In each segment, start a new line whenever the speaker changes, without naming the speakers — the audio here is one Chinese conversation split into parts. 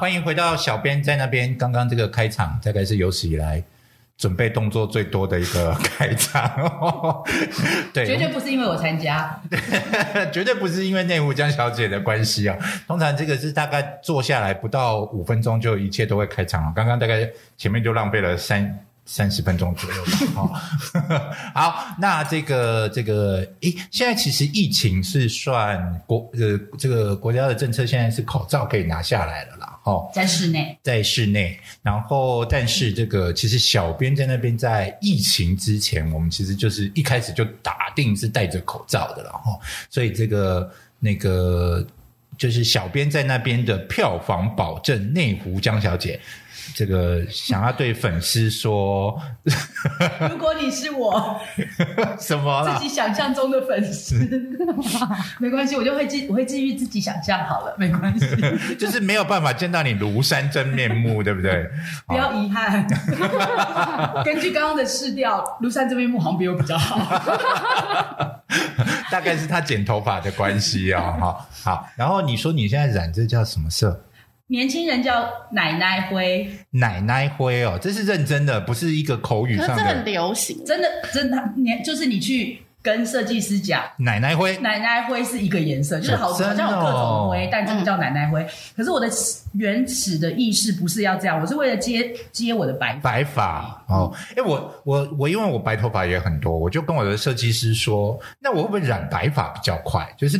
欢迎回到小编在那边。刚刚这个开场大概是有史以来准备动作最多的一个开 场，哦对，
绝对不是因为我参加，
绝对不是因为内湖江小姐的关系啊。通常这个是大概坐下来不到五分钟就一切都会开场了。刚刚大概前面就浪费了三三十分钟左右吧。哦、 好，那这个这个，诶，现在其实疫情是算国呃这个国家的政策，现在是口罩可以拿下来了啦。哦，
在 室内。
在室内，然后但是这个其实小编在那边在疫情之前，我们其实就是一开始就打定是戴着口罩的了哈，所以这个那个就是小编在那边的票房保证内湖江小姐。这个想要对粉丝说
如果你是我
什么
自
啦？
己想象中的粉 丝，没关系，我就会继我会继续自己想象好了，没关 系，
就是没有办法见到你庐山真面目，对不对？
不要遗 憾。根据刚刚的试调，庐山这边木好像比我比 较好。
大概是他剪头发的关系哦。好，好，然后你说你现在染这叫什么色？
年轻人叫奶奶灰，
奶奶灰哦，这是认真的，不是一个口语
可是
上
这很
的
流行，
真的真的，年就是你去跟设计师讲。
奶奶灰。
奶奶灰是一个颜色，就是好、
哦嗯
好
真的
像有各种
哦
灰，但这个叫奶奶灰。可是我的原始的意识不是要这样，我是为了接接我的白发。
白发哦，哎，我我我，因为我白头发也很多，我就跟我的设计师说，那我会不会染白发比较快？就是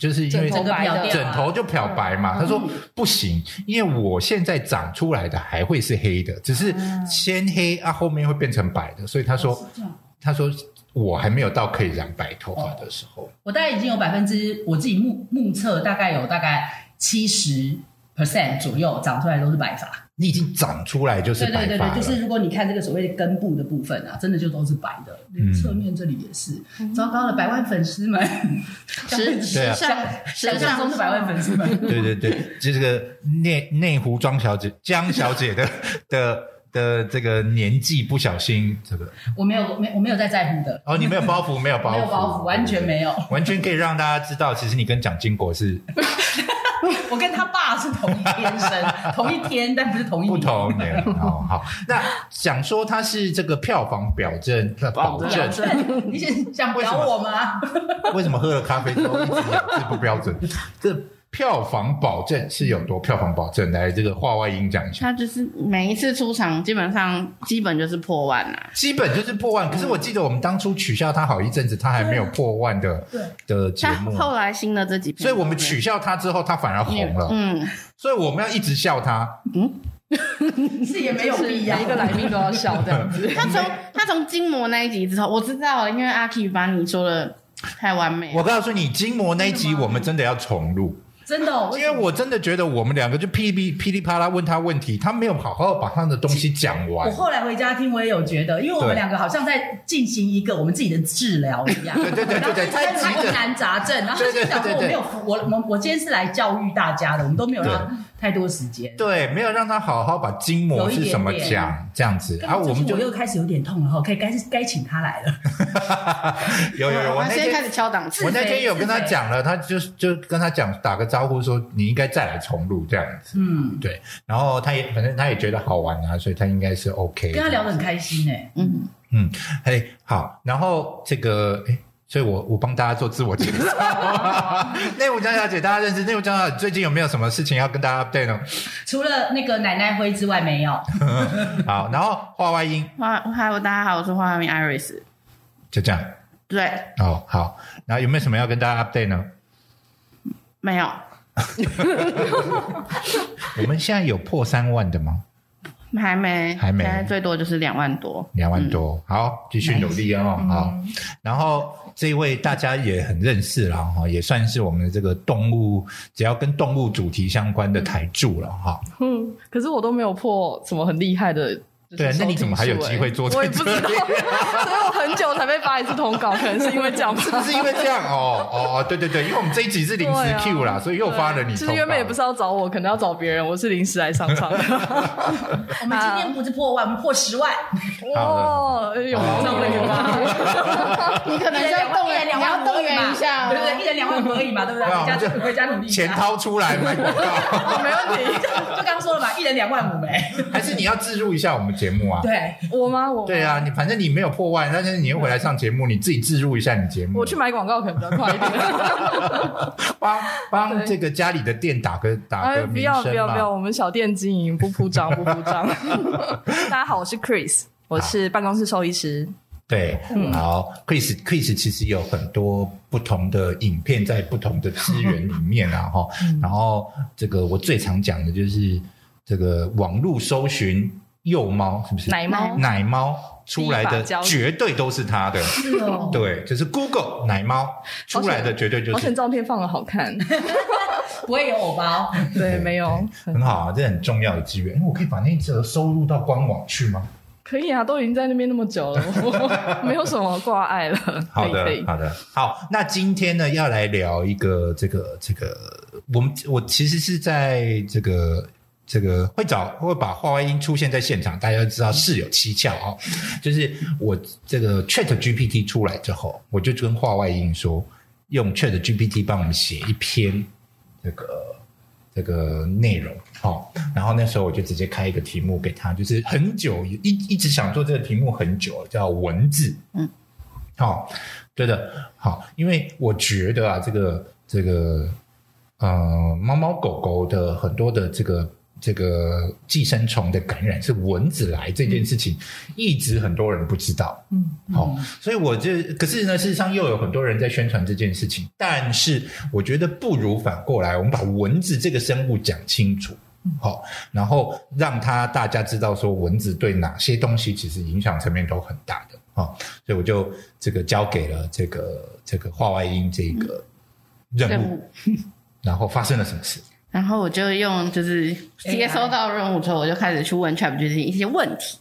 就是因为
整个
白
漂
的
亮，
枕头就漂白嘛。他说不行，因为我现在长出来的还会是黑的，只是先黑啊，后面会变成白的。所以他
嗯
说，他说我还没有到可以染白头发的时候。
我大概已经有百分之我自己目目测大概有大概七十 percent 左右长出来都是白发。
你已经长出来就是
对对
白
对
发
对，
了，
就是如果你看这个所谓的根部的部分啊，真的就都是白的，
嗯
连侧面这里也是。糟糕了，百万粉丝们，
时
对啊
时尚时
想象中
尚
的百万粉丝们。
对对对，就这个内内湖庄小姐、江小姐的 的的这个年纪，不小心这个
我没有，我没有我没有在在乎的，
哦，你没有包袱，没有包袱，
没有包袱，完全没有。
完全可以让大家知道，其实你跟蒋经国是
我跟他爸是同一 天生，同一天，但 不是同一
不
年。
同的哦。好，那想说他是这个票房表证 呃保
保
证，
证，你是想
为什么
表我吗？
为什么喝了咖啡之后一直咬字不标准？这票房保证是有多票房保证？来，这个话外音讲一下。
他就是每一次出场，基本上基本就是破万啦、
基本就是破万。
嗯
可是我记得我们当初取消它好一阵子，它还没有破万的
对
的节
他
目，
后来新的这几篇，
所以我们取消它之后，它反而红了。
嗯，
所以我们要一直笑它。
是也没有必要。
每一个来宾都要笑这样子。
他从他从筋膜那一集之后，我知道了，因为阿 K 把你说的太完美
我
了，
告诉你，筋膜那一集我们真的要重录，
真的、哦，
因为我真的觉得我们两个就噼里噼里啪啦问他问题，他没有好好把他的东西讲
我
完。
后来回家听，我也有觉得，因为我
对
们两个好像在进行一个我们自己的治疗一样。
对对对对对
然后
太
他
急着
疑难杂症，然后
对对
他就想
对对
说我
对
没有服，我我我今天是来教育大家的，我们都没有让太多时间。
对，没有让他好好把筋膜是什么
有一点
讲
点
这样子，然后
刚刚
我们
最
就
近我又开始有点痛了哈，可以该该请他
啊
来了。
有有有，我
他
那
现在
天
开始敲档次
我，那天有跟他
自肥
讲了，他就是就跟他讲打个招呼说你应该再来重录这样子。
嗯，
对，然后他也反正他也觉得好玩啊，所以他应该是 OK 的。
跟他聊得很开心哎、
嗯，
嗯，哎，好，然后这个哎。所以我，我帮大家做自我介绍。 内务江小姐，大家认识内务江小姐，最近有没有什么事情要跟大家 update 呢？
除了那个奶奶灰之外，没有。
好，然后话外音
花嗨，大家好，我是花面 Iris，
就这样。
对，
哦，好，然后有没有什么要跟大家 update 呢？
没有，
我们现在有破三万的吗？
还没，
还没
现在最多就是两万多，
两万
嗯
多，好，继续努力哦， 好。然后这一位大家也很认识了哈，也算是我们的这个动物，只要跟动物主题相关的台柱了哈。
嗯，可是我都没有破什么很厉害的。就是
对啊，那你怎么还有机会坐
欸
在
我也不
这
知道，
里？
所以我很久才被发一次通稿，可能是因为这样吧。
是不是因为这样？哦哦哦，对对对，因为我们这一集是临
对
时
啊
Q 啦，所以又发了你
对啊其
通
实
告。
原本也不是要找我，可能要找别人，我是临时来上 场的。
我们
哎
今天不是破万，我们破十万。
好
哇，有这样的吗？
嗯你可能就要
哎
动员，你要动员一下
对不对？
哦。
一人两万可以嘛，对不对？
对啊我
回家
们
就
就
回家努力一
钱
下。
掏出 来买广告，
没问题。
就刚说了嘛，一人两万五没？
还是你要置入一下我们节目啊？
对，
我吗？我
对啊，你反正你没有破万，但是你又回来上节目，你自己置入一下你节目，
我去买广告可能比较快一 点。
帮帮
对
这个家里的店打个打个
哎不
名
要不
声
要不
嘛。
要，我们小店经营不铺张不 铺张。大家好，我是 Chris，我是办公室兽医师。
对，
嗯
好，Chris Chris 其实有很多不同的影片在不同的资源里面 啊，哈，
嗯
然后这个我最常讲的就是这个网络搜寻幼猫，是不是？
奶猫
奶猫出来
第一
的
把交椅
绝对都是他 的，
是哦，
对，就是 Google 奶猫出来的绝对就
好
是
险照片放的 好看，
不会有偶包，
对，没有，
很好啊，这很重要的资源。那我可以把那一则收入到官网去吗？
可以啊，都已经在那边那么久了， 我没有什么挂碍了。
好
可
的
以，可以
好的，好。那今天呢，要来聊一个这个这个，我们我其实是在这个这个会找会把话外音出现在现场，大家都知道事有蹊跷哦。就是我这个 Chat GPT 出来之后，我就跟话外音说，用 Chat GPT 帮我们写一篇这个这个内容，好、然后那时候我就直接开一个题目给他，就是很久一一直想做这个题目很久了，叫文字，哦
嗯，
好、对的，好，因为我觉得啊，这个这个呃，猫猫狗狗的很多的这个这个寄生虫的感染是蚊子来这件事情，一直很多人不知道，
嗯，
好、所以我就可是呢，事实上又有很多人在宣传这件事情，但是我觉得不如反过来，我们把蚊子这个生物讲清楚。
嗯
好，然后让他大家知道说蚊子对哪些东西其实影响层面都很大的啊、哦，所以我就这个交给了这个这个话外音这个任务，
任务。
然后发生了什么事？
然后我就用就是接收到任务之后，我就开始去问 ChatGPT 一些问题。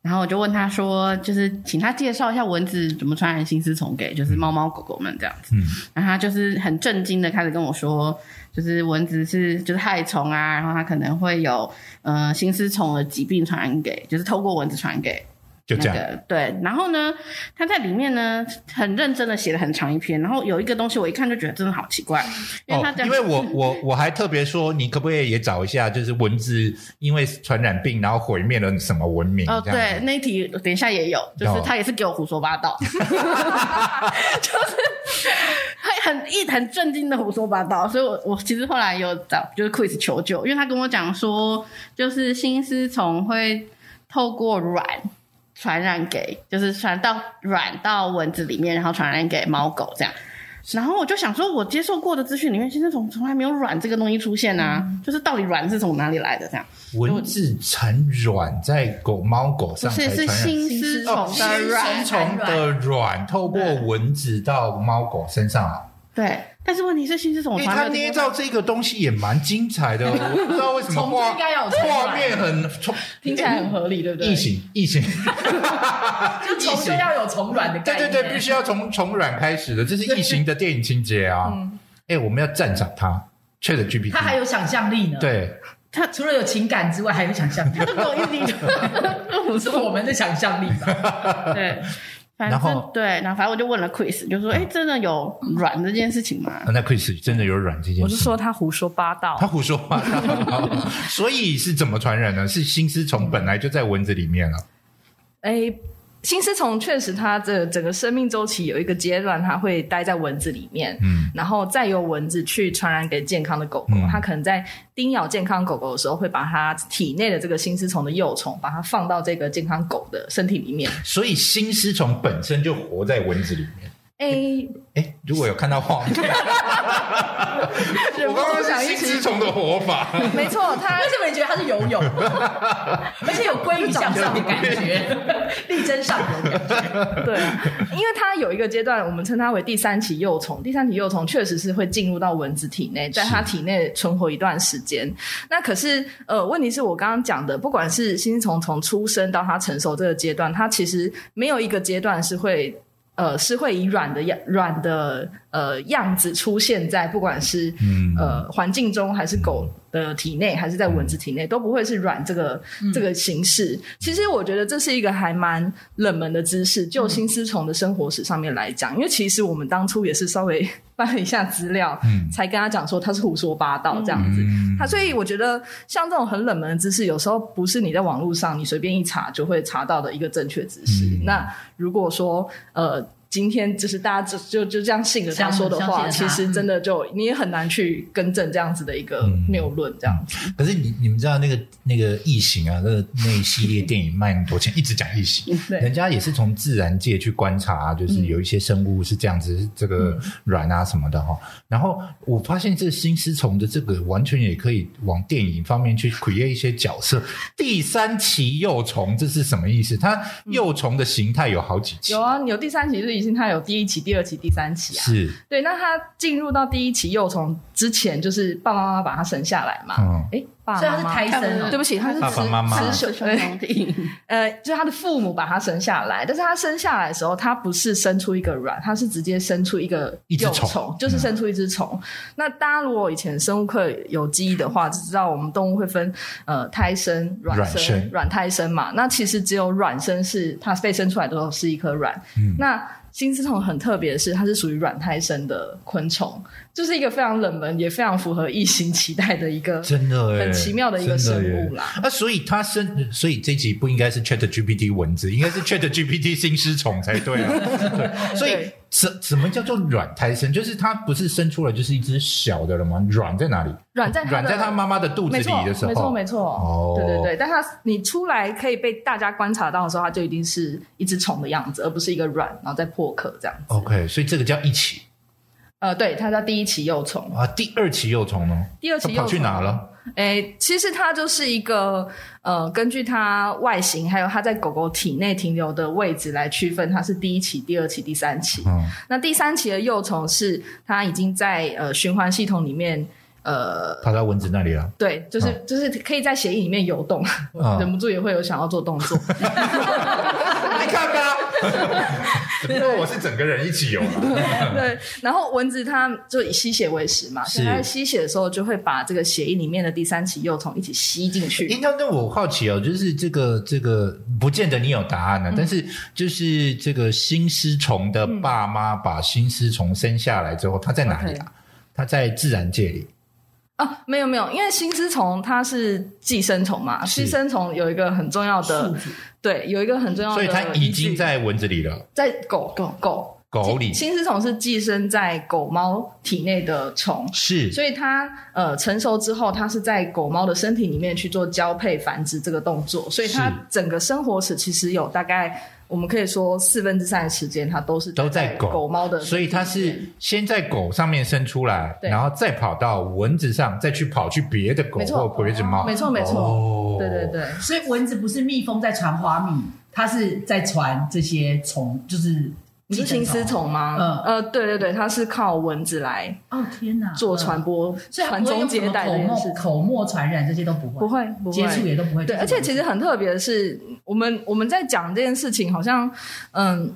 然后我就问他说，就是请他介绍一下蚊子怎么传染心丝虫给就是猫猫狗狗们这样子。
嗯
然后他就是很震惊的开始跟我说，就是蚊子是就是害虫啊，然后它可能会有呃心丝虫的疾病传染给，就是透过蚊子传染给
就这
那
样，
个对，然后呢，他在里面呢很认真的写了很长一篇，然后有一个东西我一看就觉得真的好奇怪，因为他
哦，
讲、
因为我我我还特别说，你可不可以也找一下，就是蚊子因为传染病，然后毁灭了什么文明？
哦，
这样
对，那一题等一下也有，就是
哦
他也是给我胡说 八道， 就是他很一很震惊的胡说八道，所以我我其实后来有找就是 Quiz 求救，因为他跟我讲说，就是心丝虫会透过卵传染给，就是传到卵到蚊子里面，然后传染给猫狗这样。然后我就想说，我接受过的资讯里面，心丝虫从来没有卵这个东西出现啊，
嗯
就是到底卵是从哪里来的这样？
蚊子产卵在狗猫狗
不
上才
是，是
传染。
心丝虫
哦，
的
寄
卵。
生虫的卵透过蚊子到猫狗身上啊，
对，但是问题是心丝虫，我
因为
从来
它
没有
捏
听过
造这个东西也蛮精彩的，我不知道为 什么
虫就
画
应该要有虫
画
卵
面很冲
听起来很合理，对不对
异？形异形，
就虫就要有虫卵的
对
概
对
念。
对，必须要从从软开始的，这是异形的电影情节啊。哎，我们要赞赏它，Chat GPT，
他还有想象力呢。，
对
除了有情感之外，还有想象力，
他都给我一滴，
是我们的想象 力吧？
对，反
然
正
后嗯
对，然后反正我就问了 Chris，就说：“哎、真的有软这件事情吗
啊那 Chris 真的有软这件事，
我是说他胡说八道
他，胡说八道，所以是怎么传染呢？是心丝虫本来就在蚊子里面啊了，
哎。心丝虫确实，它的整个生命周期有一个阶段，它会待在蚊子里面，
嗯，
然后再由蚊子去传染给健康的狗狗
嗯。
它可能在叮咬健康狗狗的时候，会把它体内的这个心丝虫的幼虫，把它放到这个健康狗的身体里面。
所以心丝虫本身就活在蚊子里面。
哎，
哎，如果有看到画面， 我刚刚想心丝虫的活法，
没错，它
为什么你觉得他是游 泳？而且有鲑鱼向上的感觉，力争上游感觉。
对，啊因为它有一个阶段，我们称它为第三期幼虫。第三期幼虫确实是会进入到蚊子体内，在它体内存活一段时间。那可是，呃，问题是我刚刚讲的，不管是新虫从出生到它成熟这个阶段，它其实没有一个阶段是会。呃，是会以软的样软的呃样子出现在不管是
嗯
呃环境中还是狗的体内，还是在蚊子体内，都不会是卵这个这个形式。其实我觉得这是一个还蛮冷门的知识，就新丝虫的生活史上面来讲，因为其实我们当初也是稍微 翻了一下资料，
嗯
才跟他讲说他是胡说八道这样子。
嗯
他所以我觉得像这种很冷门的知识，有时候不是你在网络上你随便一查就会查到的一个正确知识。
嗯
那如果说呃。今天就是大家就就就这样信着他
相
说的话，
相信
其
了他
实真的就你也很难去更正这样子的一个
嗯
谬论，这样子。
可是你你们知道那个那个异形啊，那个那一系列电影卖那么多钱，一直讲异形，
对嗯
人家也是从自然界去观察、啊就是有一些生物是这样子，这个卵啊什么的哈、然后我发现这新丝虫的这个完全也可以往电影方面去 create 一些角色。第三期幼虫这是什么意思？它幼虫的形态有好几期，
嗯有啊，有第三期是已经它有第一期、第二期、第三期啊。
是
对，那它进入到第一期幼虫之前，就是爸爸妈妈把它生下来嘛。
嗯
哎、爸
所以
爸
他
妈
是
妈。
胎生
他
哦，
们
对不起，他是
啊爸爸
雌
妈妈
雌
是
雄，
兄
对
兄弟，
呃，就是他的父母把他生下来，但是他生下来的时候，他不是生出一个卵，他是直接生出一个
一只
幼
虫
虫，就是
嗯
生出一只虫。那大家如果以前生物课有记忆的话，就知道我们动物会分呃胎生、卵
卵生
生、卵胎生嘛。那其实只有卵生是它被生出来的时候是一颗卵，
嗯
那金丝虫很特别的是，它是属于软胎生的昆虫，就是一个非常冷门也非常符合异形期待的一个
真的耶
很奇妙的一个生物啦。
啊，所以它生，所以这集不应该是 Chat GPT 文字，应该是 Chat GPT 新尸虫才对 啊。对，所以
对
什什么叫做卵胎生？就是它不是生出来就是一只小的了吗？卵在哪里？
软在它的
卵在它妈妈的肚子
没
里
错，
的时候，
没错，没错。
哦
对对对，但它你出来可以被大家观察到的时候，它就一定是一只虫的样子，而不是一个卵，然后再破壳这样。
OK，所以这个叫一起
呃，对，它叫第一期幼虫，
啊。第二期幼虫呢？
第二期幼
它
虫
跑去哪了？
诶，呃其实它就是一个呃，根据它外形还有它在狗狗体内停留的位置来区分，它是第一期、第二期、第三期。
嗯，
那第三期的幼虫是它已经在呃循环系统里面，呃，
跑到蚊子那里 了。
对，就是、
嗯
就是可以在血液里面游动，
嗯
忍不住也会有想要做动作。
你看吧，只不过我是整个人一起游了。
对，然后蚊子它就以吸血为食嘛，所以
是
它在吸血的时候就会把这个血液里面的第三期幼虫一起吸进去。
应该那我好奇哦，就是这个这个，不见得你有答
嗯
案呢、啊但是就是这个新丝虫的爸妈把新丝虫生下来之后，它在哪里啊？它在自然界里，
啊，没有没有，因为新丝虫它是寄生虫嘛，
是
寄生虫有一个很重要的
宿，主
对，有一个很重要
所
的依
以
据，
它已经在蚊子里了，
在狗狗狗
狗里
新丝虫是寄生在狗猫体内的虫。
是
所以它呃成熟之后，它是在狗猫的身体里面去做交配繁殖这个动作，所以它
是
整个生活史其实有大概我们可以说四分之三的时间，它都是
都在狗
狗猫的，
所以它是先在狗上面生出来，
对
然后再跑到蚊子上，再去跑去别的狗
没
或
错
别的猫。
没错没错，
哦
对对。对。
所以蚊子不是蜜蜂在传花蜜，它是在传这些虫，就是
你是
寄
新
生
丝虫吗？
嗯
呃，对对对，它是靠蚊子来
哦天哪，
做
嗯
传播、
所以它
传
不会
宗
用什
接
么
代这
口
件事
沫
情。
口沫传染这些都不会，
不会，不会
接触也都不会。
对，而且其实很特别的是，我们我们在讲这件事情，好像嗯，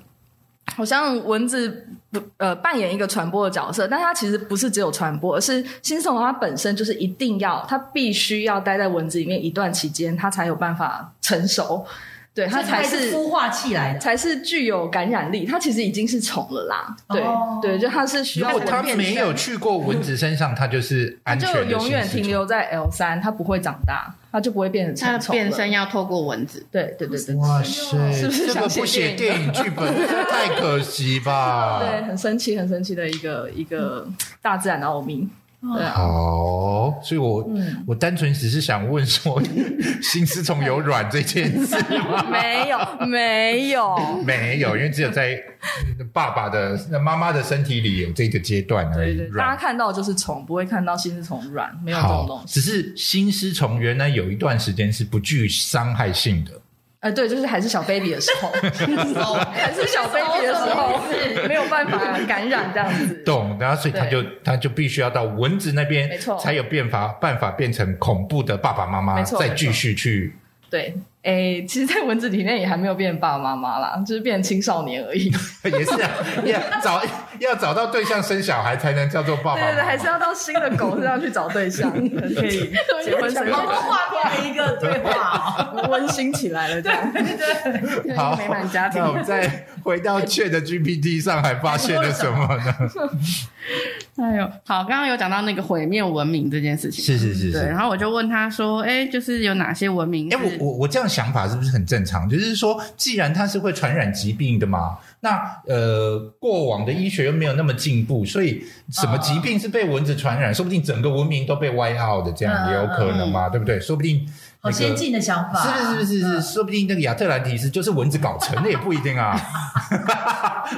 好像蚊子不呃扮演一个传播的角色，但它其实不是只有传播，而是新手它本身就是一定要，它必须要待在蚊子里面一段期间，它才有办法成熟， 对，它
它
才是
孵化器来的，
才是具有感染力，它其实已经是虫了啦。对、
哦
对，就它是需
如
要
果它
我们
没有去过蚊子身上，它就是安全
就
的。
永远停。留在 L 三，它不会长大，它就不会变成
它的
成虫
变
了
身要透过蚊子。
对对对对，
啊
哇塞，
是不是
这个
想
不
写
写电影剧本 太可惜吧？
对，，很神奇，很神奇的一个一个大自然的奥秘。对啊，
好，所以我、
嗯
我单纯只是想问说， 新丝虫有卵这件事吗？
没有没有，
没有，因为只有在爸爸的、妈妈的身体里有这个阶段而
对
已
对，。大家
卵
看到的就是虫，不会看到新丝虫卵，没有这种
好
东，
只
西。
是新丝虫原来有一段时间是不具伤害性的，
呃，对，就是还是小 baby 的时候，
哦
还是小 baby 的时候，没有办法感染这样子。
懂？然后所以他就他就必须要到蚊子那边
没，错
才有变法办法变成恐怖的爸爸妈妈，
没错
再
没错
继续去
对，诶、其实，在蚊子体内也还没有变爸爸妈妈啦，就是变成青少年而已。
也是啊，要找要找到对象生小孩才能叫做爸爸
对
妈妈。
对对，还是要到新的狗身上去找对象，可以结 婚生
好多
活，
画面的一个对话哦，
温馨起来了这样。
好
美满家庭
那我们再回到 Chat GPT 上，还发现了什么呢？
哎呦，好，刚刚有讲到那个毁灭文明这件事 情，
是是是
对，然
是。
后我就问他说，哎，就是有哪些文明是？
哎，我我我这样想法是不是很正常？就是说，既然它是会传染疾病的嘛，那呃，过往的医学又没有那么进步，所以什
啊
么疾病是被蚊子传染，说不定整个文明都被歪 out 的，这
嗯
样也有可能嘛，对不对？说不定那
好
个
先进的想法，
是 是是是是，
嗯
说不定那个亚特兰提斯就是蚊子搞成的，也不一定 啊。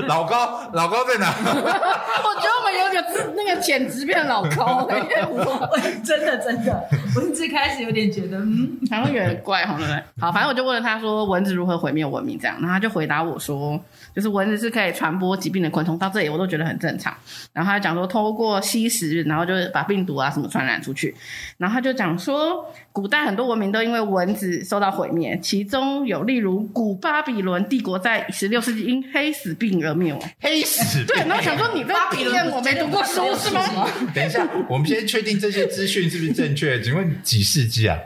老高，老高在哪？
我觉得我们有点那个潜质变老高了，因为我
我真的真的，我一直开始有点觉得，嗯，
好像有点怪，好像好，反正我就问了他说，蚊子如何毁灭文明这样，然后他就回答我说，就是蚊子是可以传播疾病的昆虫，到这里我都觉得很正常。然后他就讲说，通过吸食，然后就是把病毒啊什么传染出去。然后他就讲说，古代很多文明都因为蚊子受到毁灭，其中有例如古巴比伦帝国在十六世纪因黑死病而灭亡。
黑 死
对，
病
然后想说你在
巴比
骗
伦
我没读过书是吗？
等一下，我们先确定这些资讯是不是正确？请问几世纪啊？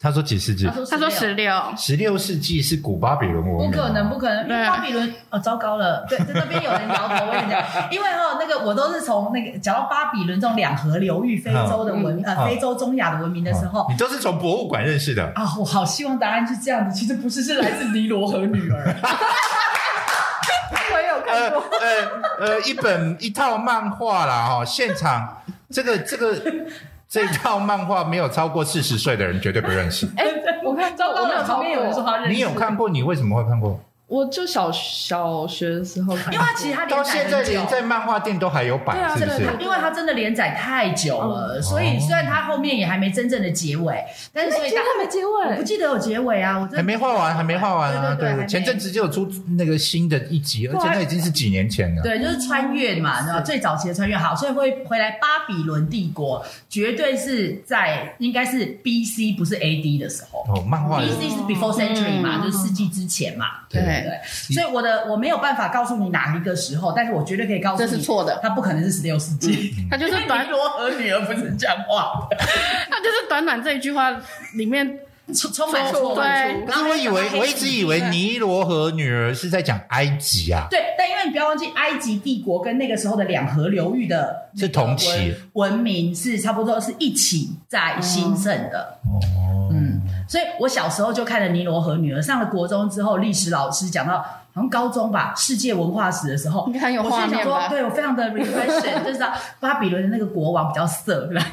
他说几世纪？
说
他说
16
十六，
十六世纪是古巴比伦文
不
明，
可能，不。可能！因为
对
巴比伦，哦，糟糕了，对，在那边有人摇头，我跟你讲， 因为哦，那个我都是从那个讲到巴比伦这种两河流域非洲的
嗯
文、呃非洲中亚的文明的时候。
哦你都是从博物馆认识的。
啊、我好希望答案是这样的，其实不是，是来自尼罗河女儿。
我也有
呃
看过，
呃呃，一本一套漫画啦，哈，现场这个这个这套漫画没有超过四十岁的人绝对不 认识。
哎、我看
糟糕
我没有
了，旁
旁
边
边
有
有
人
人
说
说，
他认识，
你有看过？你为什么会看过？
我就小小学的时候看过，
因为他其实他连
到
载
现在
很久
连在漫画店都还有
对
版，
啊
是不
对对
是？
对
因为它真的连载太久
哦
了，所以虽然它后面也还没真正的结尾，但是所以
结
哎
它
果没结
我不
尾，
记得有结尾啊，我真的
还没画完，还没画完啊！
对对对还没啊
前阵子就有出那个新的一集，而且那已经是几年前了。
对，就是穿越嘛，然后最早期的穿越好，所以会回来巴比伦帝国，绝对是在应该是 B C 不是 A D 的时候。
哦，漫画
B C 是 before century 嘛，
嗯
就是世纪之前嘛，
对
对不对？所以我的我没有办法告诉你哪一个时候，但是我绝对可以告诉
这
你，
是错的，
它不可能是十六世纪。
他就是短
尼罗河女儿不是这样画的，
那就是短短这一句话里面，
充充满
错
错误。
对
可是我以为，我一直以为尼罗河女儿是在讲埃及啊，
对，但因为你不要忘记，埃及帝国跟那个时候的两河流域的
是同期
文明是差不多是一起在兴盛的。
哦。
嗯，所以我小时候就看了《尼罗河女儿》，上了国中之后，历史老师讲到好像高中吧，世界文化史的时候，
你很有
我
画
心想
面
说，
吧？
对我非常的 reflection，就是知道巴比伦的那个国王比较色，然后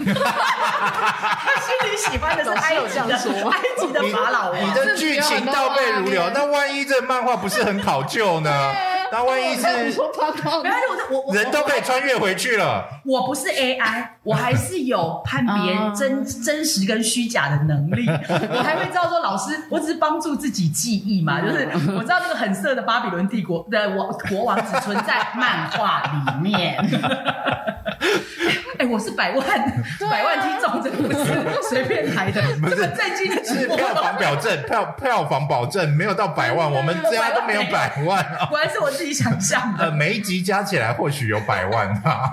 他心里喜欢的是埃及
老师有这样
的
说
埃及的法老王。
你的剧情倒背如流，那万一这漫画不是很考究呢？那万一
你
是
说泡泡
没，关系，我我我
人都可以穿越回去了？
我不是 AI，我还是有判别
啊
真、真实跟虚假的能 力，我还会知道说老师，我只是帮助自己记忆嘛，
嗯
就是我知道那个很色的巴比伦帝国的我国王只存在漫画 里面。哎、我是百万、百万听众，这不是随便来的，这么震惊的直
啊是
播。
票房保证，票票房保证没有到百万，我们家都没有百万啊。
果然是我自己想象
呃，
的。
每一集加起来或许有百万啊。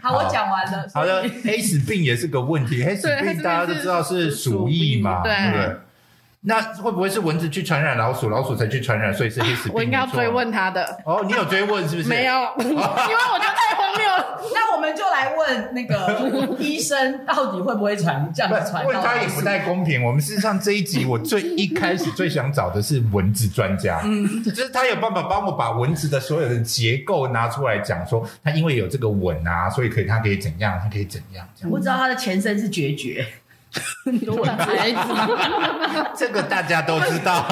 好，我讲完了。
好的
所以，
黑死病也是个问题，黑死
对黑死
病
病
大家都知道是鼠疫嘛，
是
对
鼠疫
不对？那会不会是蚊子去传染老鼠，老鼠才去传染，所以是黑死病？
我应该要
没错吗啊
追。问他的，
哦，你有追问是不是？
没。 有，因为我觉得太荒谬了。
那我们就来问那个医生，到底会不会传这样子传到
问他也
老鼠
不太公平。我们事实上这一集，我最一开始最想找的是蚊子专家，嗯，就是他有办法帮我把蚊子的所有的结构拿出来讲，说它因为有这个吻啊，所以可以它可以怎样，它可以怎样，这样
我知道他的前身是决绝，
我孩子吗？
这个大家都知道，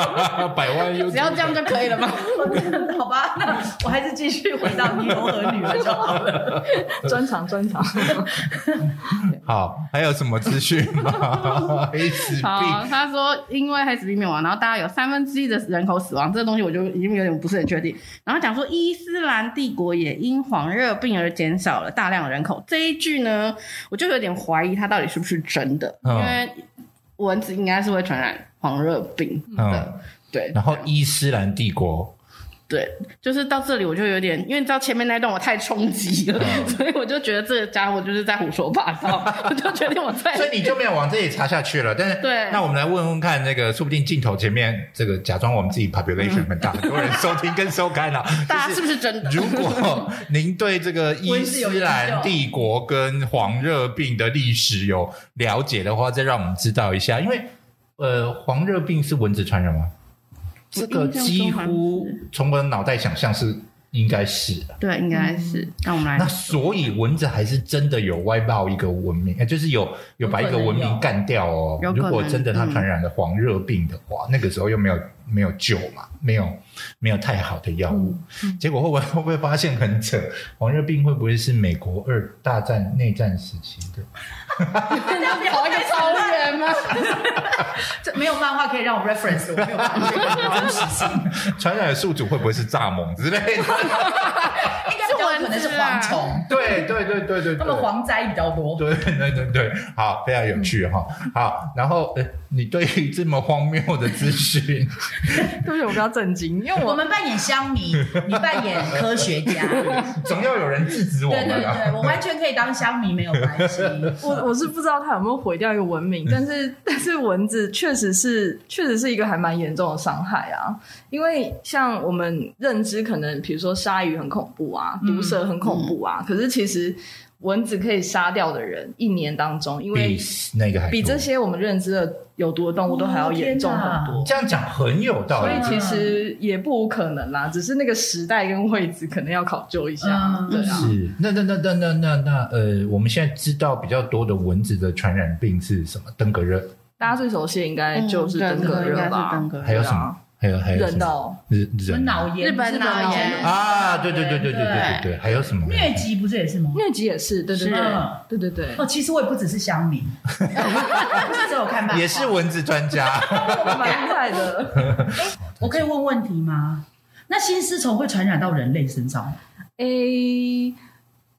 百万优
只要这样就可以 了吗？
好吧？那我还是继续回到尼罗河女儿就好了。
专场 专场。
好，还有什么资讯吗？ 黑死
好，
病，
他说因为黑死病灭亡，然后大家有三分之一的人口死亡，这个东西我就已经有点不是很确定。然后讲说伊斯兰帝国也因黄热病而减少了大量人口，这一句呢，我就有点怀疑它到底是不是真的，
嗯
因为。蚊子应该是会传染黄热病的。
嗯，
对
然后伊斯兰帝国，
对，就是到这里我就有点，因为你知道前面那段我太冲击了，
嗯
所以我就觉得这个家伙就是在胡说八道，我就决定我再
所以你就没有往这里查下去了。但是，
对
那我们来问问看，那个说不定镜头前面这个假装我们自己 population 很 大，很多人收听跟收看了，
大
就
家是不是真的？
如果您对这个 伊斯兰帝国跟黄热病的历史有了解的话，再让我们知道一下，因为呃，黄热病是蚊子传染吗？这个几乎从我的脑袋想象是应该是的。
对，应该是。那我们
那
来，
所以蚊子还是真的有歪爆一个文明，呃就是有有把一个文明干掉哦
有。可
如
能
果真的它传染了黄热病的话，那个时候又没有没有救嘛，没有没有太好的药物，
嗯
结果会不会会不会发现很扯？黄热病会不会是美国二大战内战时期的？
大家跑一个超人吗？
这没有漫画可以让我 reference 的，我没有办法确认真实性。
传染的宿主会不会是蚱蜢之类 的？
应该比较可能是蝗虫，
对对对对对
他们
对。
蝗灾比较多。
对对对对，好，非常有趣哈、好，然后呃，你对于这么荒谬的资讯，
对不起，我比较震惊，因为
我
我
们扮演乡民，你扮演科学家。
总要有人制止 我
对对
们啊。
对，我完全可以当乡民，没有关 系。
我我是不知道它有没有毁掉一个文明，但是但是蚊子确实是确实是一个还蛮严重的伤害啊，因为像我们认知可能比如说鲨鱼很恐怖啊，
嗯
毒蛇很恐怖啊，可是其实蚊子可以杀掉的人一年当中，因为
比那个还
比
多
这些我们认知的有毒的动物都还要严重
哦
很多。
这样讲很有道
所
理
以。
嗯
其实也不无可能啦，只是那个时代跟位置可能要考究一下，
嗯
对啊。
是，那那那那那那那呃，我们现在知道比较多的蚊子的传染病是什么？登革热，
大家最熟悉的应该
嗯
就是
对
登革
应
热
该是登
吧？啊
革
还
热。
有什么？还有还有什
人
么
的哦，
日
什么
人
脑炎，
日本脑炎
啊，对对对对对对对，还有什么？
疟疾不是也是吗？
疟疾也是，对
是
对对
嗯，
对 对对，
哦，其实我也不只是乡民， 我是只有看漫画。
也是蚊子专 家，
蛮厉害的。
我可以问问题吗？那新丝虫会传染到人类身上吗？
诶，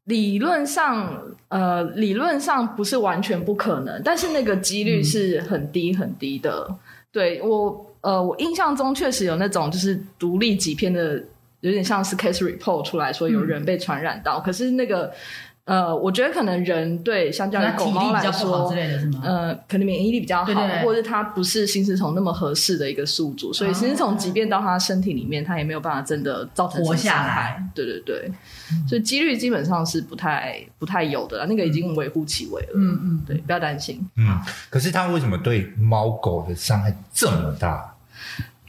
理论上，呃，理论上不是完全不可能，但是那个几率是很低很低的。对我，呃，我印象中确实有那种就是独立几篇的，有点像是 case report 出来说有人被传染到，可是那个，呃，我觉得可能人对相较
那
于
体
狗
力
猫
比
来
较不好
说
之，类的是吗？
呃，可能免疫力比较好，
对对哦对
或者它不是新丝虫那么合适的一个宿主，所以新丝虫即便到它身体里面，它也没有办法真的造成
活下来
什么伤害。对对对，所以几率基本上是不太不太有的啦，那个已经微乎其微了。
嗯嗯，
对，不要担心。
嗯，可是它为什么对猫狗的伤害这么大？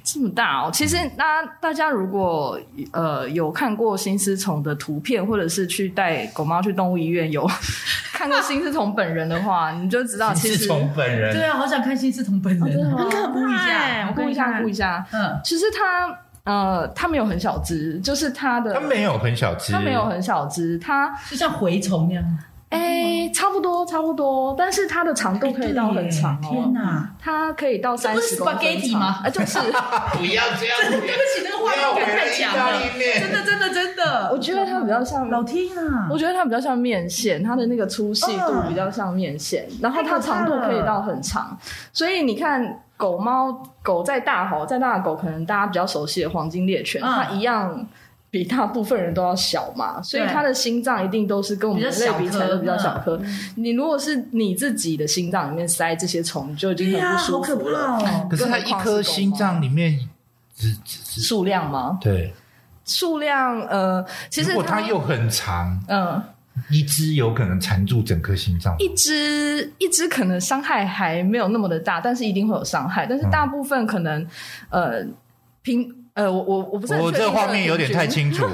这么大哦！其实那大家如果呃有看过新丝虫的图片，或者是去带狗猫去动物医院有 看过新丝虫本人的话，你就知道其
是
实
从本
对
人
啊，好想看新丝虫本人啊，
很
可怕
估一下
欸
顾一下顾一下，
嗯，
其实它呃它没有很小只，就是它的
它没有很小只，
它没有很小只，它
就像蛔虫那样，嗯
哎、差不多差不多，但是它的长度可以到很长
对耶
哦
天，哪，
它可以到
这
三
不
十
是
公分
spaghetti
长
吗
啊，就是
不要这样，
对不起，那个画面感太强了，真的真的真的，
我觉得它比较像
老天啊
我，觉得它比较像面线，它的那个粗细度
嗯
比较像面线，然后它
太可怕
长度可以
了
到很长，所以你看狗猫狗再大吼再大的狗，可能大家比较熟悉的黄金猎犬，
嗯
它一样。比大部分人都要小嘛，所以
对
它的心脏一定都是跟我们人类比起来都比较小颗。你如果是你自己的心脏里面塞这些虫，就已经
对
很
呀，
不
好
舒
可
服了。
怕哦，
可是它一颗心脏里面只只只
数量吗？
对，
数量呃，其实
如果它
它
又很长，
嗯，
一只有可能缠住整颗心脏。
一只一只可能伤害还没有那么的大，但是一定会有伤害。但是大部分可能，呃，平呃，我我我不是很
我
确定
这画面有点太
轻，
清楚，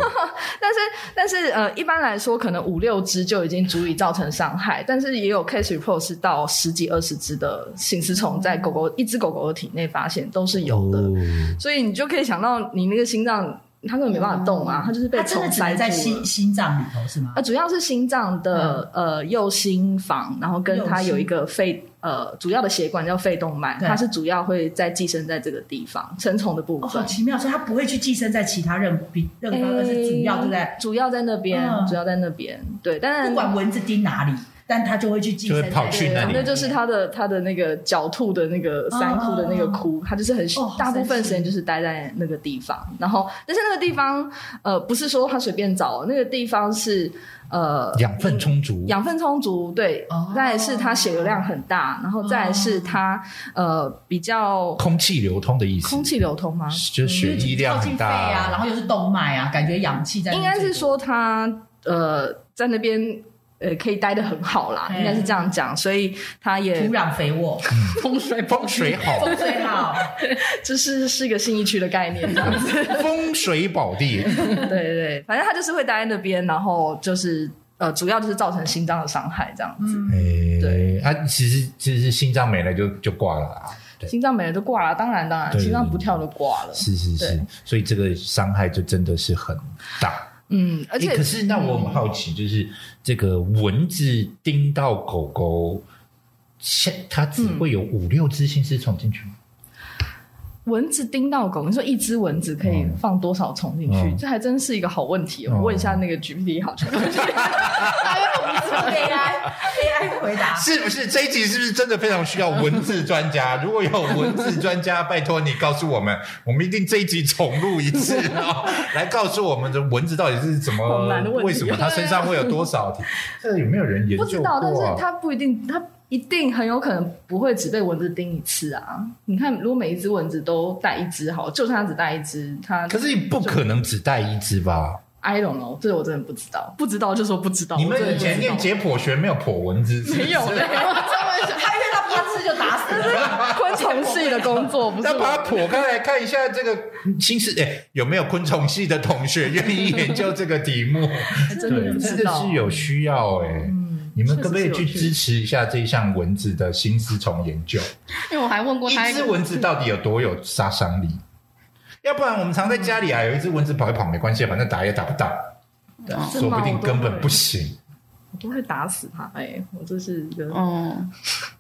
但是但是呃，一般来说可能五六只就已经足以造成伤害，但是也有 case report 是到十几二十只的行尸虫在狗狗一只狗狗的体内发现都是 有
嗯
的，所以你就可以想到你那个心脏它根本没办法动啊，它就是被
它真
虫
的只
塞
能
住
在
了
心。心脏里头是吗
啊，？主要是心脏的、呃右心房，然后跟
嗯右
它
心
有一个肺呃主要的血管叫肺动脉，
对
它是主要会在寄生在这个地方成虫的部
哦，
分。
好奇妙，所以它不会去寄生在其他任比任
诶
何，而是主要就在
主要在那边，
嗯
主要在那边。对，
不
但
管蚊子叮哪里，但他就会去嗯寄生啊
就会跑去
在
那里
呃那就是他的他的那个狡兔的那个三窟的那个窟，他就是很喜
哦好
大部分
神奇
时间就是待在那个地方。然后，但是那个地方呃，不是说他随便找，那个地方是呃
养分充足，
养分充足，对
哦，
再来是它血流量很大，然后再来是它
哦
呃比较
空气流通的意思，
空气嗯流通吗？
就是
因
血
为
液量
靠近
很
肺
大
啊，然后又是动脉啊，感觉氧气在那
应
里
该
最多
是说他呃在那边呃可以待得很好啦，
嗯
应该是这样讲，所以他也
土壤肥沃，
风水
风
啊
水 好，
风水好，
就是是一个新一区的概 念这样子。
风水宝 地，
对对对，反正他就是会待在那边，然后就是呃主要就是造成心脏的伤害这样子。
哎
嗯对，
啊，其实其实心脏没了就就挂了啊啦，对，
心脏没了就挂了，当然当然，
对
心脏不跳就挂了。
是是是
对，
所以这个伤害就真的是很大。
嗯，而
诶
且
可是那我很好奇，就是这个蚊子叮到狗狗，现它只会有五六只心丝虫进去吗？
蚊子叮到狗，你说一只蚊子可以
嗯
放多少虫进去？
嗯
这还真是一个好问题哦。
嗯
我问一下那个 GPT 好像
哎 AI AI 回 答。
是不是这一集是不是真的非常需要文字专家？如果有文字专家，拜托你告诉我们，我们一定这一集重录一次哦，来告诉我们这蚊子到底是 怎
好
么
难的，问题
为什么它身上会有多少体？这有没有人研
不
究
知
过、啊？
道，但是它不一定，它一定很有可能不会只被蚊子叮一次啊。你看，如果每一只蚊子都带一只，好，就算它只带一只，它
可是你不可能只带一只吧？
I don't know，这个我真的不知道，不知道就说不知道。
你
我真的
们以
不知
前
道
念解剖学没有剖蚊子？是不是
没有没有，
他遇到不要吃就打死了，
昆虫系的工作不是
那
我
把它剖开来看一下，这 个新式哎，有没有昆虫系的同学愿意研究这个题目？
真的
真
不知
的
道
是。有需要哎、你们可不可以去支持一下这一项蚊子的新丝虫研究？
因为我还问过他
一
一
只
个，
蚊子到底有多有杀伤力？要不然我们常在家里啊，有一只蚊子跑一跑没关系，反正打也打不到，
真
说
吗
不定
我都
根本
会
不行。
我都会打死它。哎、我这是一个，
哦，